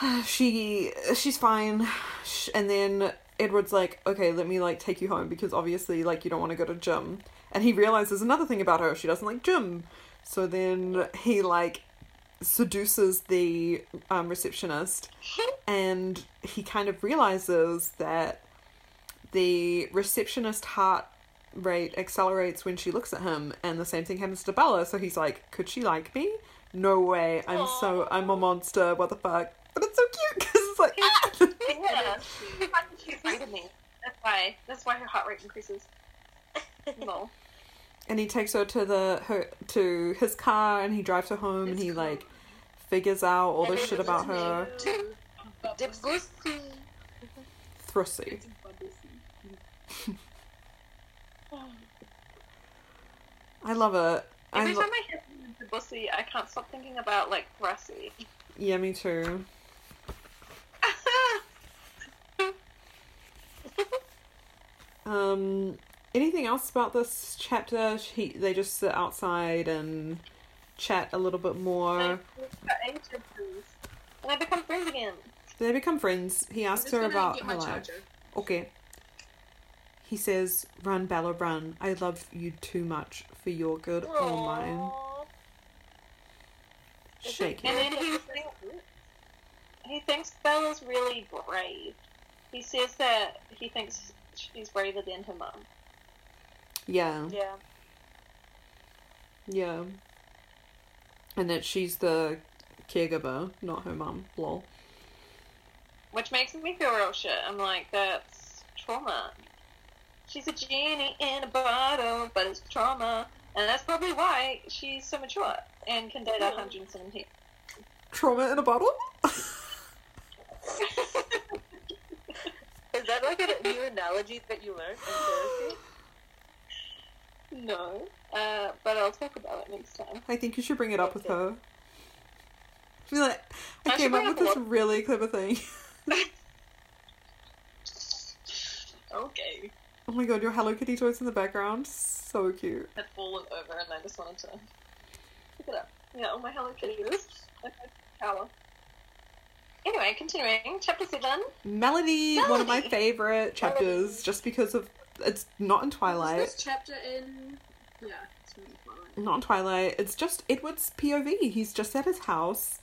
Speaker 1: She she's fine, Sh- and then Edward's like, okay, let me like take you home because obviously like you don't want to go to gym, and he realizes another thing about her, she doesn't like gym, so then he like seduces the um, receptionist, and he kind of realizes that the receptionist heart rate accelerates when she looks at him and the same thing happens to bella so he's like could she like me no way i'm so i'm a monster what the fuck but it's so cute because it's like
Speaker 2: Yeah.
Speaker 3: she,
Speaker 2: She's younger than me. That's why. That's why her heart rate increases. Lol.
Speaker 1: and he takes her to the her to his car and he drives her home and
Speaker 3: His
Speaker 1: he
Speaker 3: car.
Speaker 1: like figures out all this
Speaker 4: And
Speaker 1: shit
Speaker 4: it
Speaker 1: about
Speaker 4: was his
Speaker 1: her
Speaker 3: Two.
Speaker 4: Dipgoosey.
Speaker 1: thrusty i love it I
Speaker 2: Every
Speaker 1: lo-
Speaker 2: time I hear the bussy, I can't stop thinking about like Rusty.
Speaker 1: yeah me too Um, anything else about this chapter? He, they just sit outside and chat a little bit more.
Speaker 2: and I become friends again.
Speaker 1: They become friends. He
Speaker 3: I'm
Speaker 1: asks
Speaker 3: just
Speaker 1: her
Speaker 3: gonna
Speaker 1: about
Speaker 3: get
Speaker 1: her
Speaker 3: my
Speaker 1: life.
Speaker 3: charger.
Speaker 1: Okay. He says, "Run, Bella, run! I love you too much for your good or mine."
Speaker 4: Aww.
Speaker 1: Shake
Speaker 2: And
Speaker 1: it.
Speaker 2: then he thinks, he thinks Bella's really brave. He says that he thinks she's braver than her mum.
Speaker 1: Yeah,
Speaker 4: Yeah.
Speaker 1: yeah. And that she's the caregiver, not her mum. Lol.
Speaker 2: Which makes me feel real shit. I'm like, that's trauma. She's a genie in a bottle, but it's trauma. And that's probably why she's so mature and can date a
Speaker 4: Mm-hmm.
Speaker 2: 117.
Speaker 1: Trauma in a bottle.
Speaker 4: Is that like a new analogy that you learned in therapy?
Speaker 2: No. Uh, but I'll talk about it next time.
Speaker 1: I think you should bring it up with
Speaker 4: Okay.
Speaker 1: her. Be like, I,
Speaker 2: I should
Speaker 1: came up
Speaker 2: bring
Speaker 1: with
Speaker 2: up
Speaker 1: this
Speaker 2: what?
Speaker 1: really clever thing.
Speaker 2: Okay.
Speaker 1: Oh my god, your Hello Kitty toys in the background. So cute.
Speaker 2: Had fallen over and I just wanted to pick it up. Yeah, oh my Hello Kitty is. Okay, power. Anyway, continuing. Chapter 7.
Speaker 1: Melody, one of my
Speaker 2: Melody.
Speaker 1: favorite chapters,
Speaker 4: Melody.
Speaker 1: just because of it's not in
Speaker 3: Is
Speaker 1: Twilight.
Speaker 3: this chapter in? Yeah, it's from Twilight.
Speaker 1: Not in Twilight. It's just Edward's POV. He's just at his house.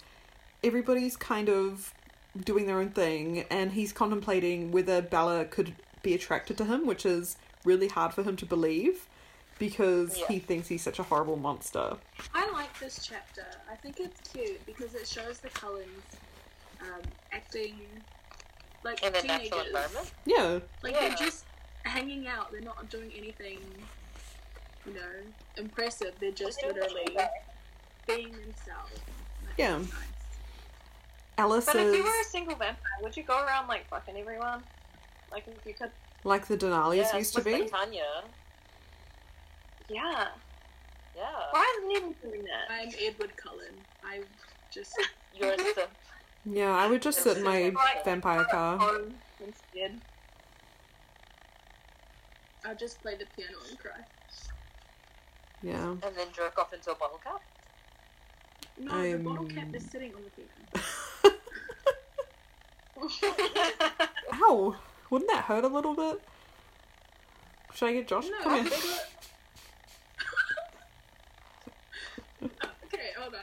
Speaker 1: Everybody's kind of doing their own thing, and he's contemplating whether Bella could be attracted to him, which is really hard for him to believe because
Speaker 4: Yeah.
Speaker 1: he thinks he's such a horrible monster.
Speaker 3: I like this chapter. I think it's cute because it shows the Cullens um, acting like
Speaker 4: In a
Speaker 3: teenagers.
Speaker 4: natural environment?
Speaker 1: Yeah.
Speaker 3: Like
Speaker 4: Yeah.
Speaker 3: they're just hanging out. They're not doing anything, you know, impressive. They're just
Speaker 4: doing
Speaker 3: literally
Speaker 4: nothing.
Speaker 3: being themselves. That's
Speaker 1: Yeah.
Speaker 3: nice.
Speaker 1: Alice
Speaker 2: But if
Speaker 1: is
Speaker 2: you were a single vampire, would you go around like fucking everyone? Like if you could
Speaker 1: like the Denali's
Speaker 4: yeah,
Speaker 1: Oh, used to
Speaker 4: with
Speaker 1: be.
Speaker 4: Tanya.
Speaker 2: Yeah.
Speaker 4: Yeah.
Speaker 2: Why isn't Edward doing that?
Speaker 3: I'm Edward Cullen. I just
Speaker 4: You're the
Speaker 1: Yeah, I would just sit in my
Speaker 2: Like,
Speaker 1: vampire car.
Speaker 2: home instead.
Speaker 3: I just play the piano and cry.
Speaker 1: Yeah.
Speaker 4: and then jerk off into a bottle cap.
Speaker 3: No, the bottle cap
Speaker 1: I'm-
Speaker 3: is sitting on the piano.
Speaker 1: Ow! Wouldn't that hurt a little bit? Should I get Josh?
Speaker 3: No,
Speaker 1: Come here.
Speaker 3: they were- okay, hold on.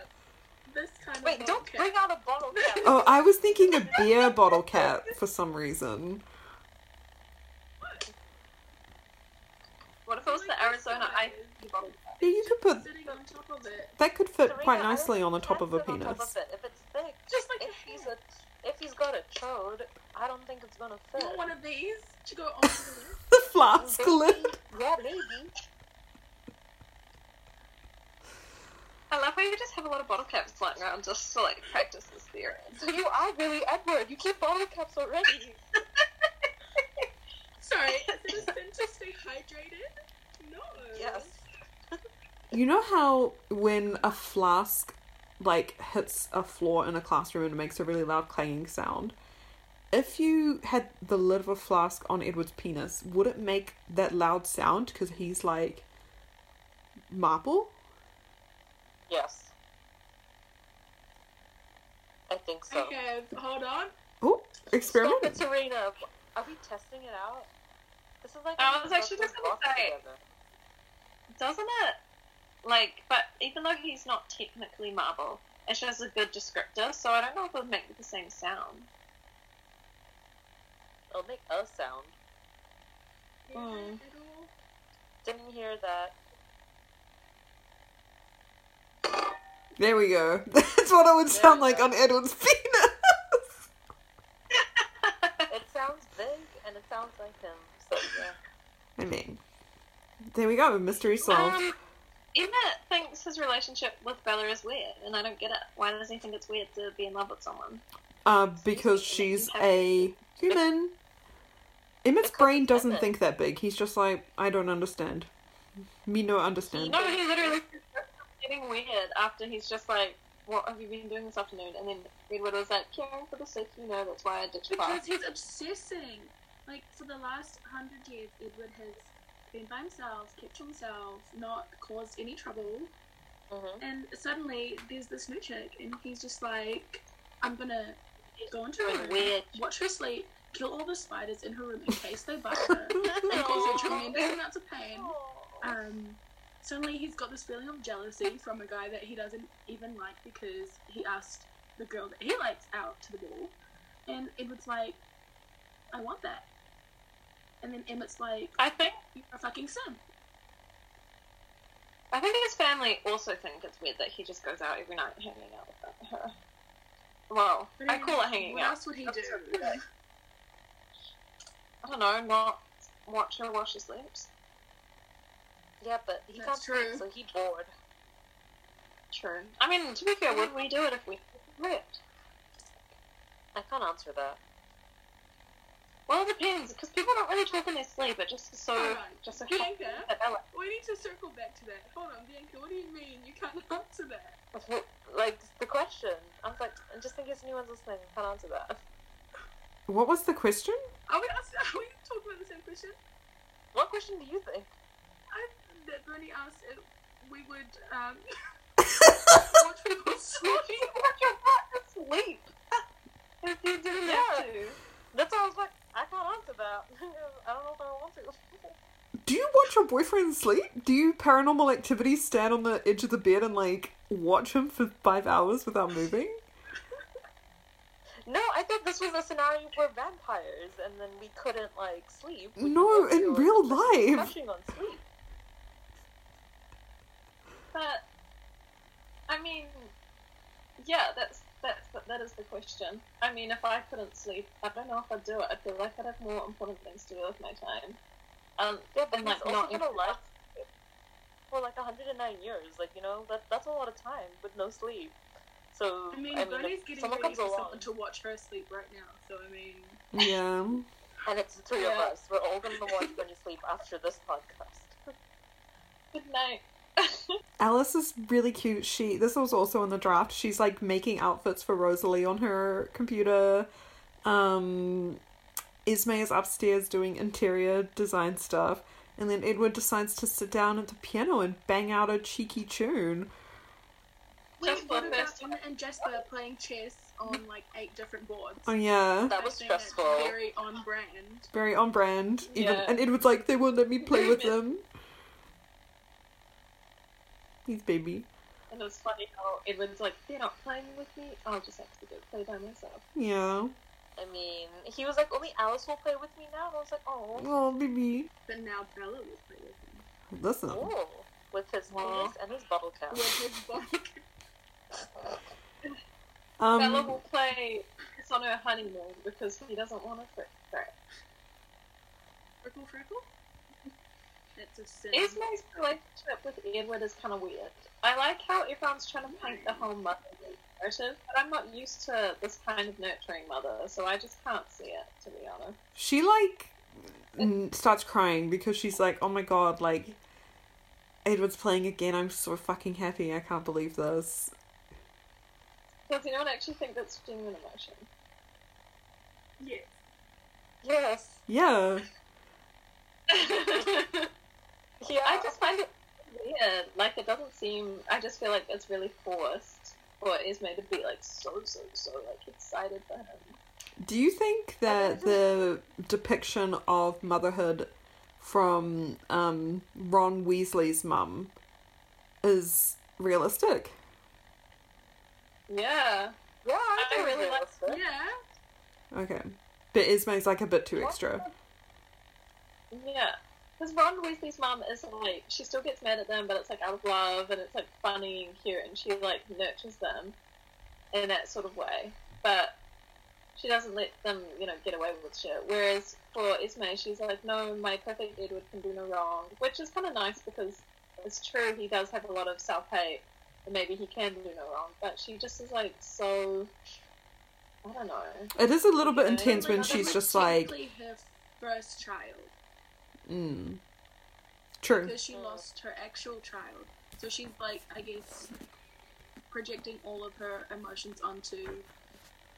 Speaker 3: This kind
Speaker 4: Wait,
Speaker 3: of
Speaker 4: don't
Speaker 3: okay.
Speaker 4: bring out a bottle cap.
Speaker 1: Oh, I was thinking a beer bottle cap for some reason. could put
Speaker 3: sitting on top of it.
Speaker 1: that could fit
Speaker 4: Serena,
Speaker 1: quite
Speaker 4: I don't
Speaker 1: nicely on the top
Speaker 4: think
Speaker 1: of a
Speaker 4: that's on top
Speaker 1: penis.
Speaker 4: of it. If it's thick,
Speaker 3: Just like
Speaker 4: if he's a if he's got a chode, I don't think it's gonna fit.
Speaker 3: You want one of these to go on the lid?
Speaker 1: The flask lid.
Speaker 4: Yeah, maybe.
Speaker 2: I love how you just have a lot of bottle caps flying around just to like practice this theory.
Speaker 4: So you are really Edward. You keep bottle caps already.
Speaker 3: Sorry, is it a sin to stay hydrated? No.
Speaker 4: Yes.
Speaker 1: You know how when a flask like hits a floor in a classroom and it makes a really loud clanging sound? If you had the lid of a flask on Edward's penis, would it make that loud sound because he's like marble?
Speaker 4: Yes. I think so.
Speaker 3: Okay, hold on.
Speaker 1: Oh,
Speaker 4: Stop it,
Speaker 1: experiment.
Speaker 4: Serena. Are we testing it out? This is like
Speaker 2: I was
Speaker 4: we
Speaker 2: actually
Speaker 4: built
Speaker 2: just gonna
Speaker 4: this box
Speaker 2: say-
Speaker 4: together.
Speaker 2: Doesn't it? Like, but even though he's not technically marble, it's just a good descriptor, so I don't know if it would make the same sound.
Speaker 4: It'll make a sound.
Speaker 1: Oh.
Speaker 4: Didn't hear that.
Speaker 1: There we go. That's what it would
Speaker 4: There
Speaker 1: sound
Speaker 4: we
Speaker 1: like
Speaker 4: go.
Speaker 1: on Edward's penis.
Speaker 4: It sounds big and it sounds like him. So
Speaker 1: I
Speaker 4: yeah.
Speaker 1: mean, there we go. Mystery solved.
Speaker 2: Um, Emmett thinks his relationship with Bella is weird, and I don't get it. Why does he think it's weird to be in love with someone?
Speaker 1: Uh, because she's a human. Emmett's
Speaker 4: Because
Speaker 1: brain
Speaker 4: it's
Speaker 1: doesn't
Speaker 4: Emmett.
Speaker 1: think that big. He's just like, I don't understand. Me no understand.
Speaker 2: No, he literally getting weird after he's just like, "What have you been doing this afternoon?" And then Edward was like, "Caring for the sick, you know. That's why I ditched
Speaker 3: Because
Speaker 2: class."
Speaker 3: he's obsessing. Like for the last hundred years, Edward has been by himself, kept to himself, not caused any trouble,
Speaker 4: Mm-hmm.
Speaker 3: and suddenly there's this new chick, and he's just like, "I'm gonna go into her room,
Speaker 2: Weird.
Speaker 3: watch her sleep, kill all the spiders in her room in case they bite her, and cause
Speaker 2: Oh.
Speaker 3: her tremendous amounts of pain." um, suddenly he's got this feeling of jealousy from a guy that he doesn't even like because he asked the girl that he likes out to the ball. And Edward's like, I want that. And then Emmett's like,
Speaker 2: I think
Speaker 3: You're a fucking sim.
Speaker 2: I think his family also think it's weird that he just goes out every night hanging out with her. Well,
Speaker 3: But
Speaker 2: I call it hanging
Speaker 3: What
Speaker 2: out.
Speaker 3: else would he
Speaker 2: That's
Speaker 3: do?
Speaker 2: Mm. what we like. I don't know, not watch her while she sleeps.
Speaker 4: Yeah, but he
Speaker 3: That's
Speaker 4: can't
Speaker 3: true.
Speaker 4: think, so he bored.
Speaker 2: True. I mean, to be fair, would we do it if we ripped?
Speaker 4: I can't answer that.
Speaker 2: Well, it depends, because people don't really talk in their sleep. It just is so
Speaker 3: Alright.
Speaker 2: just a
Speaker 3: Bianca,
Speaker 2: that they're like,
Speaker 3: we need to circle back to that. Hold on, Bianca, what do you mean? You can't answer that.
Speaker 4: Like the question, I was like, and just in case anyone's listening, I can't answer that.
Speaker 1: What was the question?
Speaker 3: Are we, ask- are we talking about the same question?
Speaker 4: What question do you think?
Speaker 3: I, that Bernie asked if we would um, watch people sleep.
Speaker 2: watch your partner sleep. if you do that
Speaker 4: Yeah.
Speaker 2: too.
Speaker 4: That's why I was like, I can't answer that. I don't know if I want to.
Speaker 1: Do you watch your boyfriend sleep? Do you paranormal activity stand on the edge of the bed and like watch him for five hours without moving?
Speaker 4: No, I thought this was a scenario for vampires, and then we couldn't like sleep. We
Speaker 1: No,
Speaker 4: couldn't
Speaker 1: in
Speaker 4: do
Speaker 1: real
Speaker 4: it. This is
Speaker 1: life.
Speaker 4: touching on sleep.
Speaker 2: But I mean, yeah, that's that's that is the question. I mean, if I couldn't sleep, I don't know if I'd do it. I feel like I'd have more important things to do with my time. Um,
Speaker 4: Yeah, but
Speaker 2: and
Speaker 4: he's
Speaker 2: like not.
Speaker 4: also gonna last for like 109 years. Like you know, that that's a lot of time with no sleep. So
Speaker 3: I mean,
Speaker 4: I mean
Speaker 3: Bernie's
Speaker 4: if
Speaker 3: getting
Speaker 4: someone
Speaker 3: ready
Speaker 4: comes
Speaker 3: for
Speaker 4: along,
Speaker 3: someone to watch her sleep right now, so I mean,
Speaker 1: Yeah.
Speaker 4: and it's the three of
Speaker 2: Yeah.
Speaker 4: us. We're all gonna watch when you sleep after this podcast.
Speaker 2: Good night.
Speaker 1: Alice is really cute. She this was also in the draft. She's like making outfits for Rosalie on her computer. Um Ismay is upstairs doing interior design stuff, and then Edward decides to sit down at the piano and bang out a cheeky tune.
Speaker 3: wait,
Speaker 2: Just
Speaker 3: what
Speaker 2: one
Speaker 3: about
Speaker 2: last
Speaker 3: Emma and Jasper playing chess on like eight different boards?
Speaker 1: Oh yeah.
Speaker 4: That
Speaker 3: I
Speaker 4: was
Speaker 3: think that's
Speaker 4: stressful.
Speaker 3: Very on brand.
Speaker 1: Very on brand. Even
Speaker 2: Yeah.
Speaker 1: and Edward's like, they won't let me play with them. He's baby.
Speaker 2: And it was funny how Edward's like, "They're not playing with me. I'll just have to go play by myself."
Speaker 1: Yeah.
Speaker 4: I mean, he was like, only Alice will play with me now. And I was like, oh,
Speaker 1: Oh baby.
Speaker 3: But now Bella was playing with him.
Speaker 1: Listen.
Speaker 4: oh, with his
Speaker 2: Aw.
Speaker 4: penis and his bottle cap.
Speaker 3: with his bike.
Speaker 2: Bella
Speaker 1: Um,
Speaker 2: will play It's on her honeymoon because he doesn't want to fix that.
Speaker 3: Freckle, freckle. That's a sin.
Speaker 2: Esme's relationship with Edward is kind of weird. I like how everyone's trying to paint the whole mother narrative, but I'm not used to this kind of nurturing mother, so I just can't see it, to be honest.
Speaker 1: she like n- starts crying because she's like, "Oh my god, like Edward's playing again. I'm so fucking happy. I can't believe this."
Speaker 2: Does anyone actually think that's genuine emotion?
Speaker 3: Yes.
Speaker 4: Yes.
Speaker 1: Yeah.
Speaker 4: Yeah.
Speaker 2: I just find it weird. Like, it doesn't seem. I just feel like it's really forced for Esme to be, like, so, so, so, like, excited for him.
Speaker 1: Do you think that the depiction of motherhood from um, Ron Weasley's mum is realistic?
Speaker 2: Yeah.
Speaker 4: yeah. I,
Speaker 2: I
Speaker 4: think
Speaker 2: really
Speaker 4: it
Speaker 2: like-
Speaker 4: was good.
Speaker 3: Yeah.
Speaker 1: Okay. But Ismay's like a bit too extra.
Speaker 2: Yeah. Because Ron Weasley's mom is like, she still gets mad at them, but it's like out of love and it's like funny and cute and she like nurtures them in that sort of way. But she doesn't let them, you know, get away with shit. Whereas for Esme, she's like, no, my perfect Edward can do no wrong, which is kind of nice because it's true, he does have a lot of self hate and maybe he can do no wrong, but she just is like so. I don't know.
Speaker 1: It is a little bit
Speaker 2: Yeah,
Speaker 1: intense
Speaker 3: Like,
Speaker 1: when
Speaker 3: Oh that
Speaker 1: she's
Speaker 3: was
Speaker 1: just like,
Speaker 3: technically her first child
Speaker 1: mm. True.
Speaker 3: because she
Speaker 2: Mm.
Speaker 3: lost her actual child, so she's like, I guess, projecting all of her emotions onto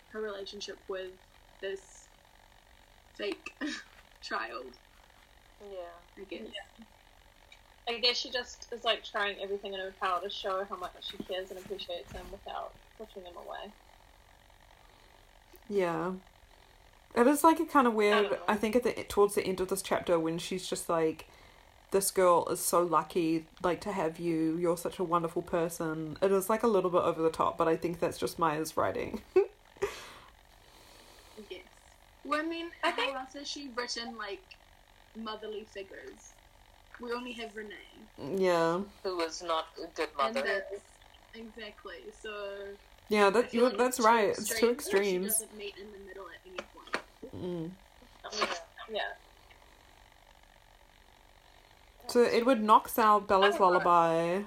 Speaker 3: her relationship with this fake child.
Speaker 4: Yeah.
Speaker 3: I guess.
Speaker 2: I guess she just is like trying everything in her power to show how much she cares and appreciates him without pushing him away.
Speaker 1: Yeah. It is like a kind of weird.
Speaker 2: know.
Speaker 1: I think at the towards the end of this chapter when she's just like, "This girl is so lucky, like to have you. You're such a wonderful person." It is like a little bit over the top, but I think that's just Maya's writing.
Speaker 3: Yes. Well, I mean,
Speaker 2: I
Speaker 3: how
Speaker 2: think-
Speaker 3: else has she written like motherly figures? We only have Renee,
Speaker 1: yeah,
Speaker 4: Who was not a good
Speaker 3: and
Speaker 4: mother.
Speaker 3: that's exactly so.
Speaker 1: yeah.
Speaker 3: I
Speaker 1: That
Speaker 3: feel
Speaker 1: you
Speaker 3: like
Speaker 1: that's
Speaker 3: it's
Speaker 1: right. It's two
Speaker 3: She
Speaker 1: extremes.
Speaker 3: doesn't meet in the middle at any point.
Speaker 1: Mm.
Speaker 2: Yeah. yeah.
Speaker 1: So Edward knocks out Bella's
Speaker 2: Oh, right.
Speaker 1: lullaby.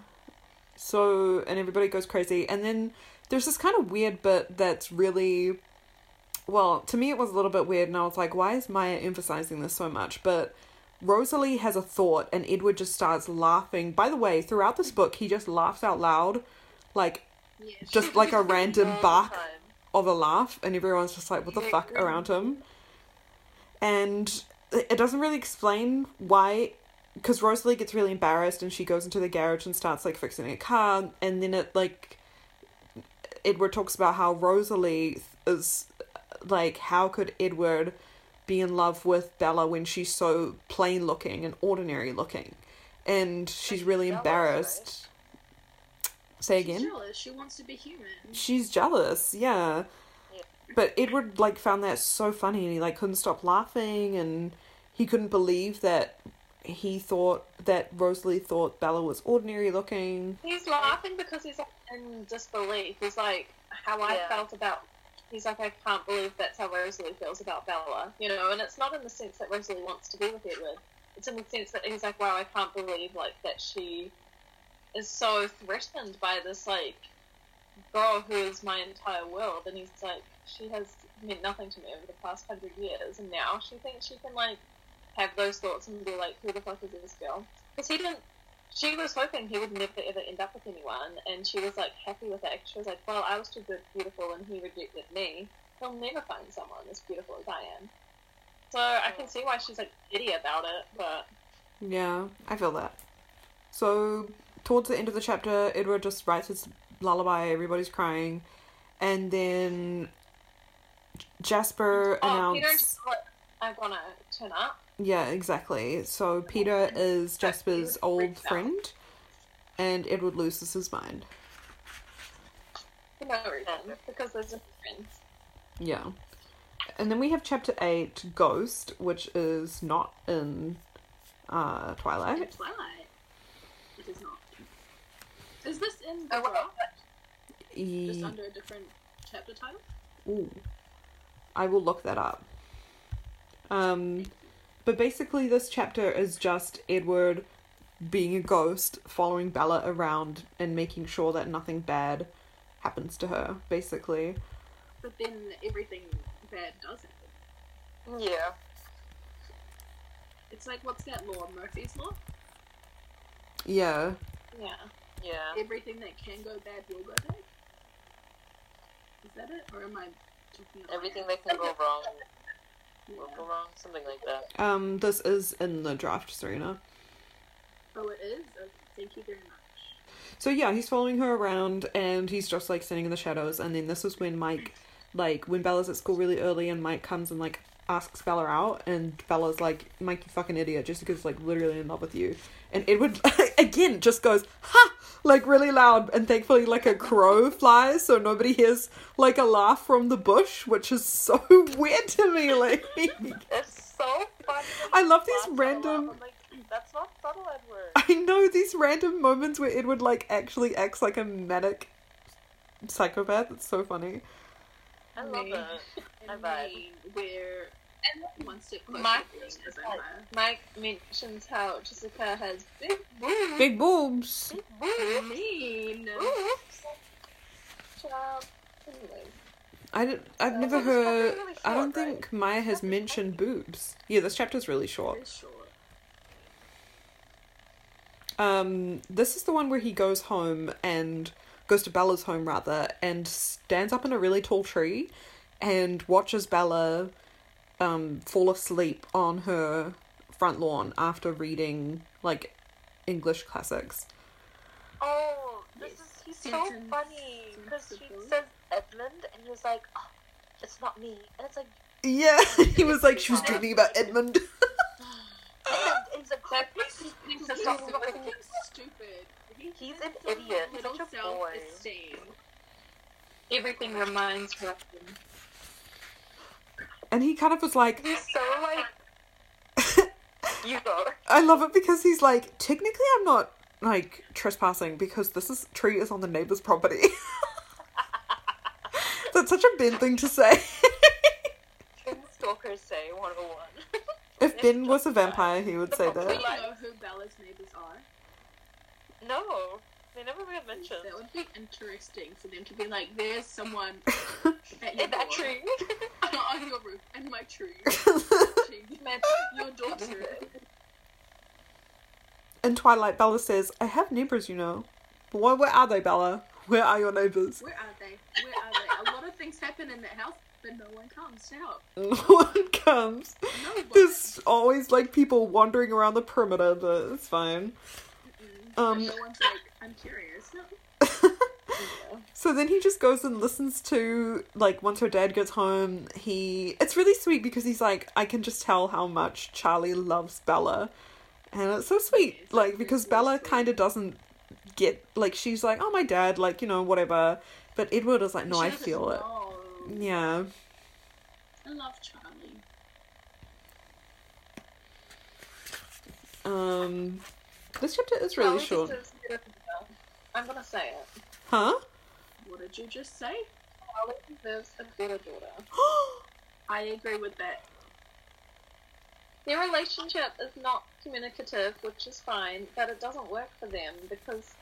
Speaker 1: So and everybody goes crazy. And then there's this kind of weird bit that's really well, to me it was a little bit weird and I was like, why is Maya emphasizing this so much? But Rosalie has a thought and Edward just starts laughing. By the way, throughout this book he just laughs out loud, like
Speaker 3: Yeah. she-
Speaker 1: just like a random
Speaker 4: All the
Speaker 1: bark
Speaker 4: time.
Speaker 1: of a laugh, and everyone's just like, what the fuck around him. And it it doesn't really explain why, because Rosalie gets really embarrassed and she goes into the garage and starts like fixing a car, and then it like Edward talks about how Rosalie is like, how could Edward be in love with Bella when she's so plain looking and ordinary looking, and she's really
Speaker 4: Bella's, right?
Speaker 1: embarrassed. Say
Speaker 3: she's
Speaker 1: again
Speaker 3: jealous. She wants to be human.
Speaker 1: she's jealous yeah
Speaker 4: Yeah.
Speaker 1: but edward like found that so funny and he like couldn't stop laughing and he couldn't believe that he thought that rosalie thought bella was ordinary looking
Speaker 2: He's laughing because he's like, in disbelief. He's like, how I
Speaker 4: Yeah.
Speaker 2: felt about. He's like, I can't believe that's how Rosalie feels about Bella, you know. And it's not in the sense that Rosalie wants to be with Edward. It's in the sense that he's like, wow, I can't believe like that she is so threatened by this like girl who is my entire world. And he's like, she has meant nothing to me over the past hundred years, and now she thinks she can like have those thoughts and be like, who the fuck is this girl? Because he didn't she was hoping he would never ever end up with anyone, and she was like happy with it. She was like, "Well, I was too good, beautiful, and he rejected me. He'll never find someone as beautiful as I am." So I can see why she's like giddy about it, but
Speaker 1: yeah i feel that so towards the end of the chapter edward just writes his lullaby everybody's crying and then J- jasper
Speaker 2: oh, Peter and
Speaker 1: announced
Speaker 2: Charlotte are gonna turn up.
Speaker 1: Yeah, exactly. So Peter is Jasper's old
Speaker 2: freaked out.
Speaker 1: friend, and Edward loses his mind.
Speaker 2: for no reason because there's no friends.
Speaker 1: Yeah. And then we have chapter 8, Ghost, which is not in uh, Twilight.
Speaker 3: Twilight. It is not. Is this in
Speaker 2: Oh,
Speaker 3: the
Speaker 2: what-
Speaker 3: draft?
Speaker 1: E-
Speaker 3: Just under a different chapter title?
Speaker 1: Ooh. I will look that up. Um, but basically, this chapter is just Edward being a ghost, following Bella around and making sure that nothing bad happens to her, basically.
Speaker 3: But then everything bad does happen.
Speaker 2: Yeah.
Speaker 3: It's like what's that law? Murphy's law?
Speaker 1: Yeah.
Speaker 2: Yeah.
Speaker 4: Yeah.
Speaker 3: Everything that can go bad will go bad? Is that it? Or am I talking about
Speaker 4: Everything that can go wrong will
Speaker 3: Yeah.
Speaker 4: go wrong. Something like that.
Speaker 1: Um, this is in the draft, Serena.
Speaker 3: Oh, it is? Okay, thank you very much.
Speaker 1: So yeah, he's following her around and he's just like standing in the shadows and then this was when Mike like when Bella's at school really early and Mike comes and like asks Bella out and Bella's like, Mike you fucking idiot, Jessica's like literally in love with you. And Edward again just goes, Ha like really loud and thankfully like a crow flies so nobody hears like a laugh from the bush, which is so weird to me, like
Speaker 4: It's so funny. that
Speaker 1: I love
Speaker 4: it's not
Speaker 1: these
Speaker 4: subtle.
Speaker 1: random-
Speaker 4: I'm like, that's not subtle, Edward.
Speaker 1: I know these random moments where Edward like actually acts like a manic psychopath. It's so funny.
Speaker 4: I love
Speaker 3: Me.
Speaker 4: that. I
Speaker 3: And
Speaker 4: bet.
Speaker 3: me, we're one step closer
Speaker 2: My
Speaker 3: to being
Speaker 2: first
Speaker 3: a
Speaker 2: is
Speaker 3: vampire.
Speaker 2: Mike mentions how Jessica has big boobs.
Speaker 1: Big boobs.
Speaker 2: boobs.
Speaker 3: mean.
Speaker 2: Child. Anyway.
Speaker 1: I did, I've
Speaker 2: Uh,
Speaker 1: never
Speaker 2: it's probably
Speaker 1: heard.
Speaker 2: really
Speaker 1: I don't
Speaker 2: short, right?
Speaker 1: think Maya has
Speaker 2: Probably
Speaker 1: mentioned boobs. Yeah, this chapter's really
Speaker 3: Very
Speaker 1: short.
Speaker 3: short.
Speaker 1: Um, this is the one where he goes home and goes to Bella's home rather, and stands up in a really tall tree, and watches Bella, um, fall asleep on her front lawn after reading like English classics.
Speaker 4: Oh, this
Speaker 3: Yes.
Speaker 4: is he's so
Speaker 3: Sentence.
Speaker 4: funny because she
Speaker 3: Sensible.
Speaker 4: says Edmund, and he was like, oh, "It's not me," and it's like,
Speaker 1: Yeah, he was like, she was dreaming about Edmund.
Speaker 4: Edmund, and he's like,
Speaker 2: That
Speaker 4: "He's-
Speaker 3: He's
Speaker 4: he's
Speaker 3: so
Speaker 4: a
Speaker 3: fucking
Speaker 4: fucking-
Speaker 3: stupid.
Speaker 4: He's an idiot. He's
Speaker 3: Little
Speaker 4: such a boy.
Speaker 3: self-esteem.
Speaker 2: Everything reminds her of him.
Speaker 1: And he kind of was like,
Speaker 4: He's so like, you go.
Speaker 1: I love it because he's like, technically, I'm not like trespassing because this is tree is on the neighbor's property. That's such a Ben thing to say.
Speaker 4: Can stalkers say one oh one?
Speaker 1: if Ben was a vampire, he would say
Speaker 3: Do
Speaker 1: that.
Speaker 3: you know who Bella's neighbors are?
Speaker 4: No, they never really mentioned
Speaker 3: That would be interesting for them to be like, there's someone at your
Speaker 4: in that
Speaker 3: door.
Speaker 4: tree.
Speaker 3: on your roof, in my tree, watching your daughter.
Speaker 1: In Twilight, Bella says, I have neighbors, you know. But where, where are they, Bella? Where are your neighbors?
Speaker 3: Where are they? Where are they? A lot of things happen in that house, but no one comes to help.
Speaker 1: No one comes.
Speaker 3: No one.
Speaker 1: There's always like people wandering around the perimeter, but it's fine.
Speaker 3: Mm-mm.
Speaker 1: Um,
Speaker 3: no one's like, I'm curious. No.
Speaker 1: So then he just goes and listens to like once her dad gets home, he it's really sweet because he's like I can just tell how much Charlie loves Bella. And it's so sweet
Speaker 3: It's
Speaker 1: like
Speaker 3: really,
Speaker 1: because
Speaker 3: really
Speaker 1: Bella
Speaker 3: sweet.
Speaker 1: kind of doesn't get like she's like oh my dad like you know whatever, but Edward is like no
Speaker 3: She
Speaker 1: I
Speaker 3: doesn't
Speaker 1: feel it.
Speaker 3: know.
Speaker 1: Yeah.
Speaker 3: I love Charlie.
Speaker 1: Um this chapter is really short.
Speaker 2: I'm gonna say it.
Speaker 1: Huh?
Speaker 3: What did you just say?
Speaker 2: Charlie deserves a better daughter.
Speaker 3: I agree with that.
Speaker 2: Their relationship is not communicative, which is fine, but it doesn't work for them because,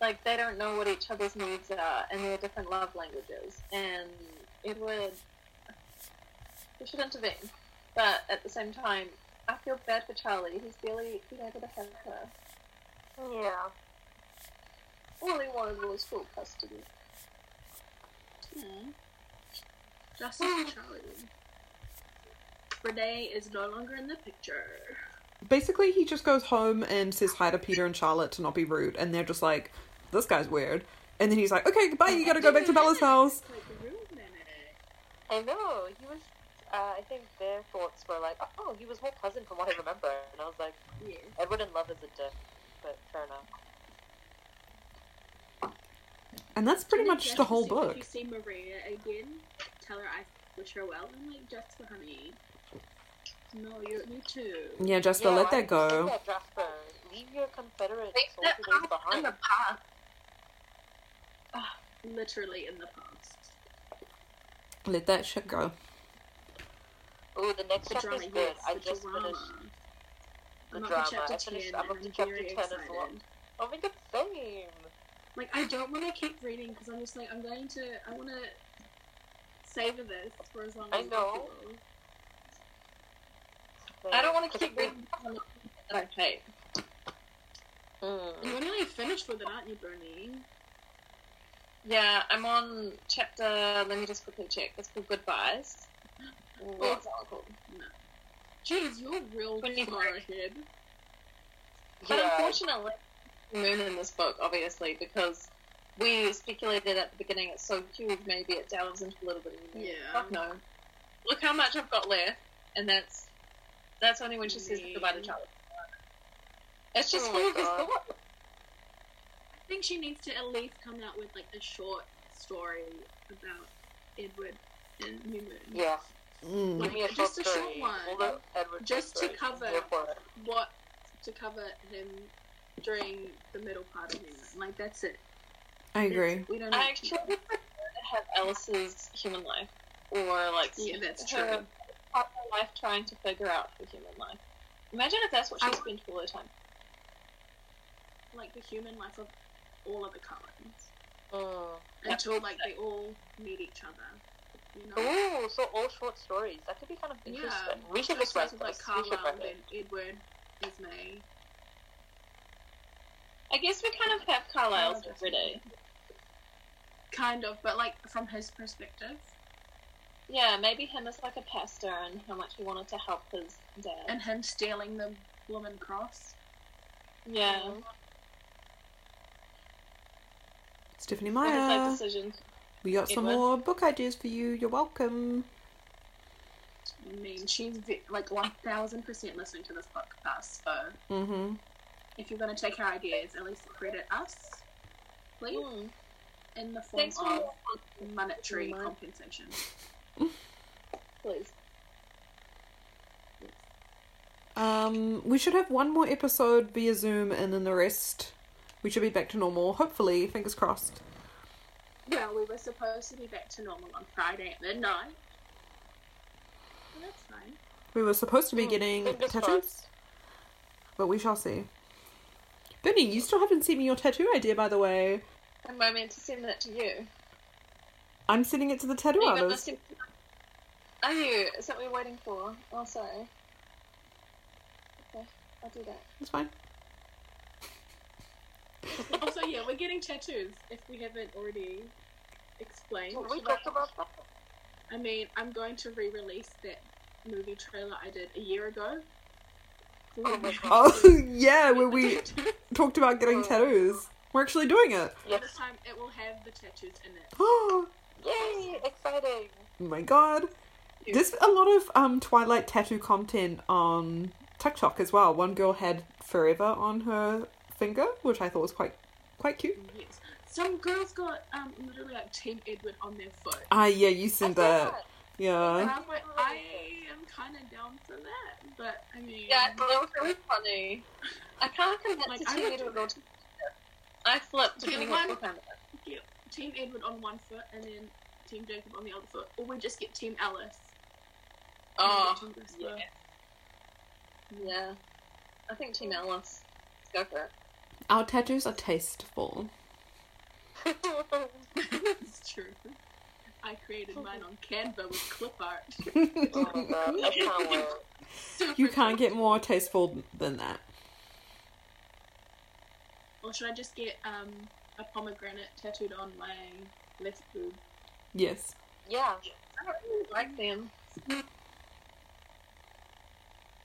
Speaker 2: like, they don't know what each other's needs are and their different love languages. And Edward, we should intervene, but at the same time, I feel bad for Charlie. He's barely been able to have her.
Speaker 4: yeah.
Speaker 2: All he wanted was full custody.
Speaker 3: Aw. Justice for Charlie. Renee is no longer in the picture.
Speaker 1: Basically he just goes home and says hi to Peter and Charlotte to not be rude and they're just like this guy's weird. And then he's like, "Okay, bye. You gotta go back to Bella's house."
Speaker 3: Like the real Nene.
Speaker 4: I know. He was. Uh, I think their thoughts were like, "Oh, he was more pleasant from what I remember," and I was like,
Speaker 3: Yeah.
Speaker 4: "Edward in love is a dick," but fair enough.
Speaker 1: And that's pretty
Speaker 3: And if
Speaker 1: much the
Speaker 3: Jessica-
Speaker 1: whole book.
Speaker 3: If you see Maria again, tell her I wish her well and like just for honey. No, you don't need to.
Speaker 1: Yeah, Jasper,
Speaker 4: Yeah,
Speaker 1: let
Speaker 4: why
Speaker 1: that
Speaker 4: don't you
Speaker 1: go.
Speaker 4: take that, Jasper? Leave your Confederate
Speaker 2: Leave that
Speaker 4: soldiers
Speaker 2: out in
Speaker 4: behind.
Speaker 2: the past.
Speaker 3: Literally in the past.
Speaker 1: Let that shit go.
Speaker 4: Ooh, the next
Speaker 3: The
Speaker 4: chapter
Speaker 3: drama,
Speaker 4: is good.
Speaker 3: yes,
Speaker 4: I
Speaker 3: the
Speaker 4: just
Speaker 3: drama.
Speaker 4: finished the
Speaker 3: I'm up
Speaker 4: drama.
Speaker 3: to chapter
Speaker 4: I finished.
Speaker 3: 10
Speaker 4: I'm
Speaker 3: and
Speaker 4: up to
Speaker 3: I'm
Speaker 4: chapter
Speaker 3: very
Speaker 4: ten as well.
Speaker 3: excited.
Speaker 4: Oh my god, same.
Speaker 3: Like, I don't want to keep reading because I'm just like, I'm going to, I want to savor this for as long
Speaker 4: I
Speaker 3: as
Speaker 4: know.
Speaker 3: possible.
Speaker 2: I don't want to keep reading that I hate.
Speaker 4: Mm.
Speaker 3: You're nearly finished with it, aren't you, Bernie?
Speaker 2: Yeah, I'm on chapter. Let me just quickly check. It's called Goodbyes.
Speaker 4: Mm.
Speaker 2: What's that called?
Speaker 3: Jeez, you're real
Speaker 2: When you-
Speaker 3: far ahead.
Speaker 2: But
Speaker 4: Yeah.
Speaker 2: unfortunately, moon in this book, obviously, because we speculated at the beginning it's so huge, maybe it delves into a little bit of the moon.
Speaker 3: Yeah.
Speaker 2: Fuck no. Look how much I've got left, and that's that's only when she says
Speaker 3: Me.
Speaker 2: goodbye to Charlie. It's just
Speaker 4: Oh my
Speaker 2: full of his
Speaker 4: God.
Speaker 2: thoughts.
Speaker 3: I think she needs to at least come out with like a short story about Edward and New Moon.
Speaker 4: Yeah.
Speaker 1: Mm.
Speaker 4: Give me a short
Speaker 3: Just a short
Speaker 4: story.
Speaker 3: one.
Speaker 4: All the Edward
Speaker 3: Just to
Speaker 4: stories.
Speaker 3: cover-
Speaker 4: Here for it.
Speaker 3: What to cover him during the middle part of New Moon. Like that's it.
Speaker 1: I agree.
Speaker 3: That's- We don't.
Speaker 2: I
Speaker 3: Need
Speaker 2: actually prefer to have Alice's human life, or like
Speaker 3: yeah, that's true.
Speaker 2: her partner life trying to figure out her human life. Imagine if that's what she
Speaker 3: I-
Speaker 2: spent all her time.
Speaker 3: Like the human life of all of the Cullens
Speaker 4: Mm.
Speaker 3: until like they all meet each other. You know.
Speaker 4: Ooh, so all short stories. That could be kind of interesting. We should
Speaker 3: Like,
Speaker 4: just write
Speaker 3: starts
Speaker 4: this.
Speaker 3: with, like
Speaker 4: we should
Speaker 3: Carlisle,
Speaker 4: write
Speaker 3: then
Speaker 4: it.
Speaker 3: Edward, Ismay.
Speaker 2: I guess we kind of have Carlisle's
Speaker 3: Yeah,
Speaker 2: already.
Speaker 3: Kind of, but like from his perspective.
Speaker 2: Yeah, maybe him as like a pastor and how much he wanted to help his dad.
Speaker 3: And him stealing the woman cross.
Speaker 2: yeah,
Speaker 1: Stephanie
Speaker 2: what is that
Speaker 1: Meyer,
Speaker 2: decision?
Speaker 1: we got some
Speaker 2: Edward?
Speaker 1: more book ideas for you. You're welcome.
Speaker 3: I mean, she's ve- like one thousand percent listening to this podcast. So
Speaker 1: Mm-hmm.
Speaker 3: if you're gonna take her ideas, at least credit us, please,
Speaker 2: Mm.
Speaker 3: in the form
Speaker 2: Thanks for
Speaker 3: of
Speaker 2: your help,
Speaker 3: monetary
Speaker 2: Mon-
Speaker 3: compensation.
Speaker 2: please.
Speaker 1: Um, we should have one more episode via Zoom, and then the rest we should be back to normal. Hopefully, fingers crossed.
Speaker 3: Well, we were supposed to be back to normal on Friday at midnight. Well, that's fine.
Speaker 1: We were supposed to be
Speaker 4: Mm,
Speaker 1: getting
Speaker 4: fingers
Speaker 1: tattoos,
Speaker 4: crossed.
Speaker 1: but we shall see. Bernie, you still haven't sent me your tattoo idea, by the way.
Speaker 2: Am I meant to send that to you?
Speaker 1: I'm sending it to the tattoo
Speaker 2: Are you,
Speaker 1: artist.
Speaker 2: listening? Are you? Is that what you're waiting for? Oh, sorry. Okay, I'll do that.
Speaker 1: It's fine.
Speaker 3: also, yeah, we're getting tattoos. If we haven't already explained,
Speaker 4: We talked about that.
Speaker 3: I mean, I'm going to re-release that movie trailer I did a year ago.
Speaker 4: Oh my God.
Speaker 1: Oh yeah, where we talked about getting
Speaker 4: Oh.
Speaker 1: tattoos. We're actually doing it.
Speaker 3: Yeah,
Speaker 4: Yes.
Speaker 3: This time it will have the tattoos in it.
Speaker 1: Oh
Speaker 4: Yay! Exciting.
Speaker 1: my god. There's a lot of um Twilight tattoo content on TikTok as well. One girl had forever on her finger, which I thought was quite quite cute.
Speaker 3: Yes. Some girls got um literally like Team Edward on their foot.
Speaker 1: Ah yeah, you sent that.
Speaker 3: And
Speaker 4: Uh-huh.
Speaker 1: Yeah.
Speaker 3: I'm like, I am kind of down for that, but I mean,
Speaker 2: Yeah, it was really funny. I can't convince
Speaker 3: Like,
Speaker 2: the
Speaker 3: I
Speaker 2: team
Speaker 3: would
Speaker 2: to
Speaker 3: do
Speaker 2: go to. I flipped
Speaker 3: Okay,
Speaker 2: depending
Speaker 3: one-
Speaker 2: on what time it
Speaker 3: Team Edward on one foot and then Team Jacob on the other foot, or we just get Team Alice.
Speaker 2: was. Oh,
Speaker 3: Team Jasper.
Speaker 2: yeah. Yeah. I think Team Alice. Let's go for it.
Speaker 1: Our tattoos are tasteful.
Speaker 3: it's true. I created mine on Canva with clip art.
Speaker 4: oh my god, I can't wait.
Speaker 3: Super
Speaker 1: You can't
Speaker 3: cool.
Speaker 1: get more tasteful than that.
Speaker 3: Or should I just get um a pomegranate tattooed on my left boob?
Speaker 1: Yes.
Speaker 4: Yeah.
Speaker 2: I don't really like them.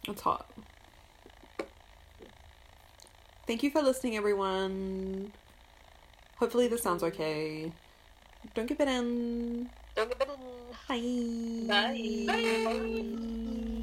Speaker 1: It's hot. Thank you for listening, everyone. Hopefully, this sounds okay. Don't get bitten.
Speaker 4: Don't get bitten.
Speaker 1: Bye.
Speaker 2: Bye.
Speaker 1: Bye.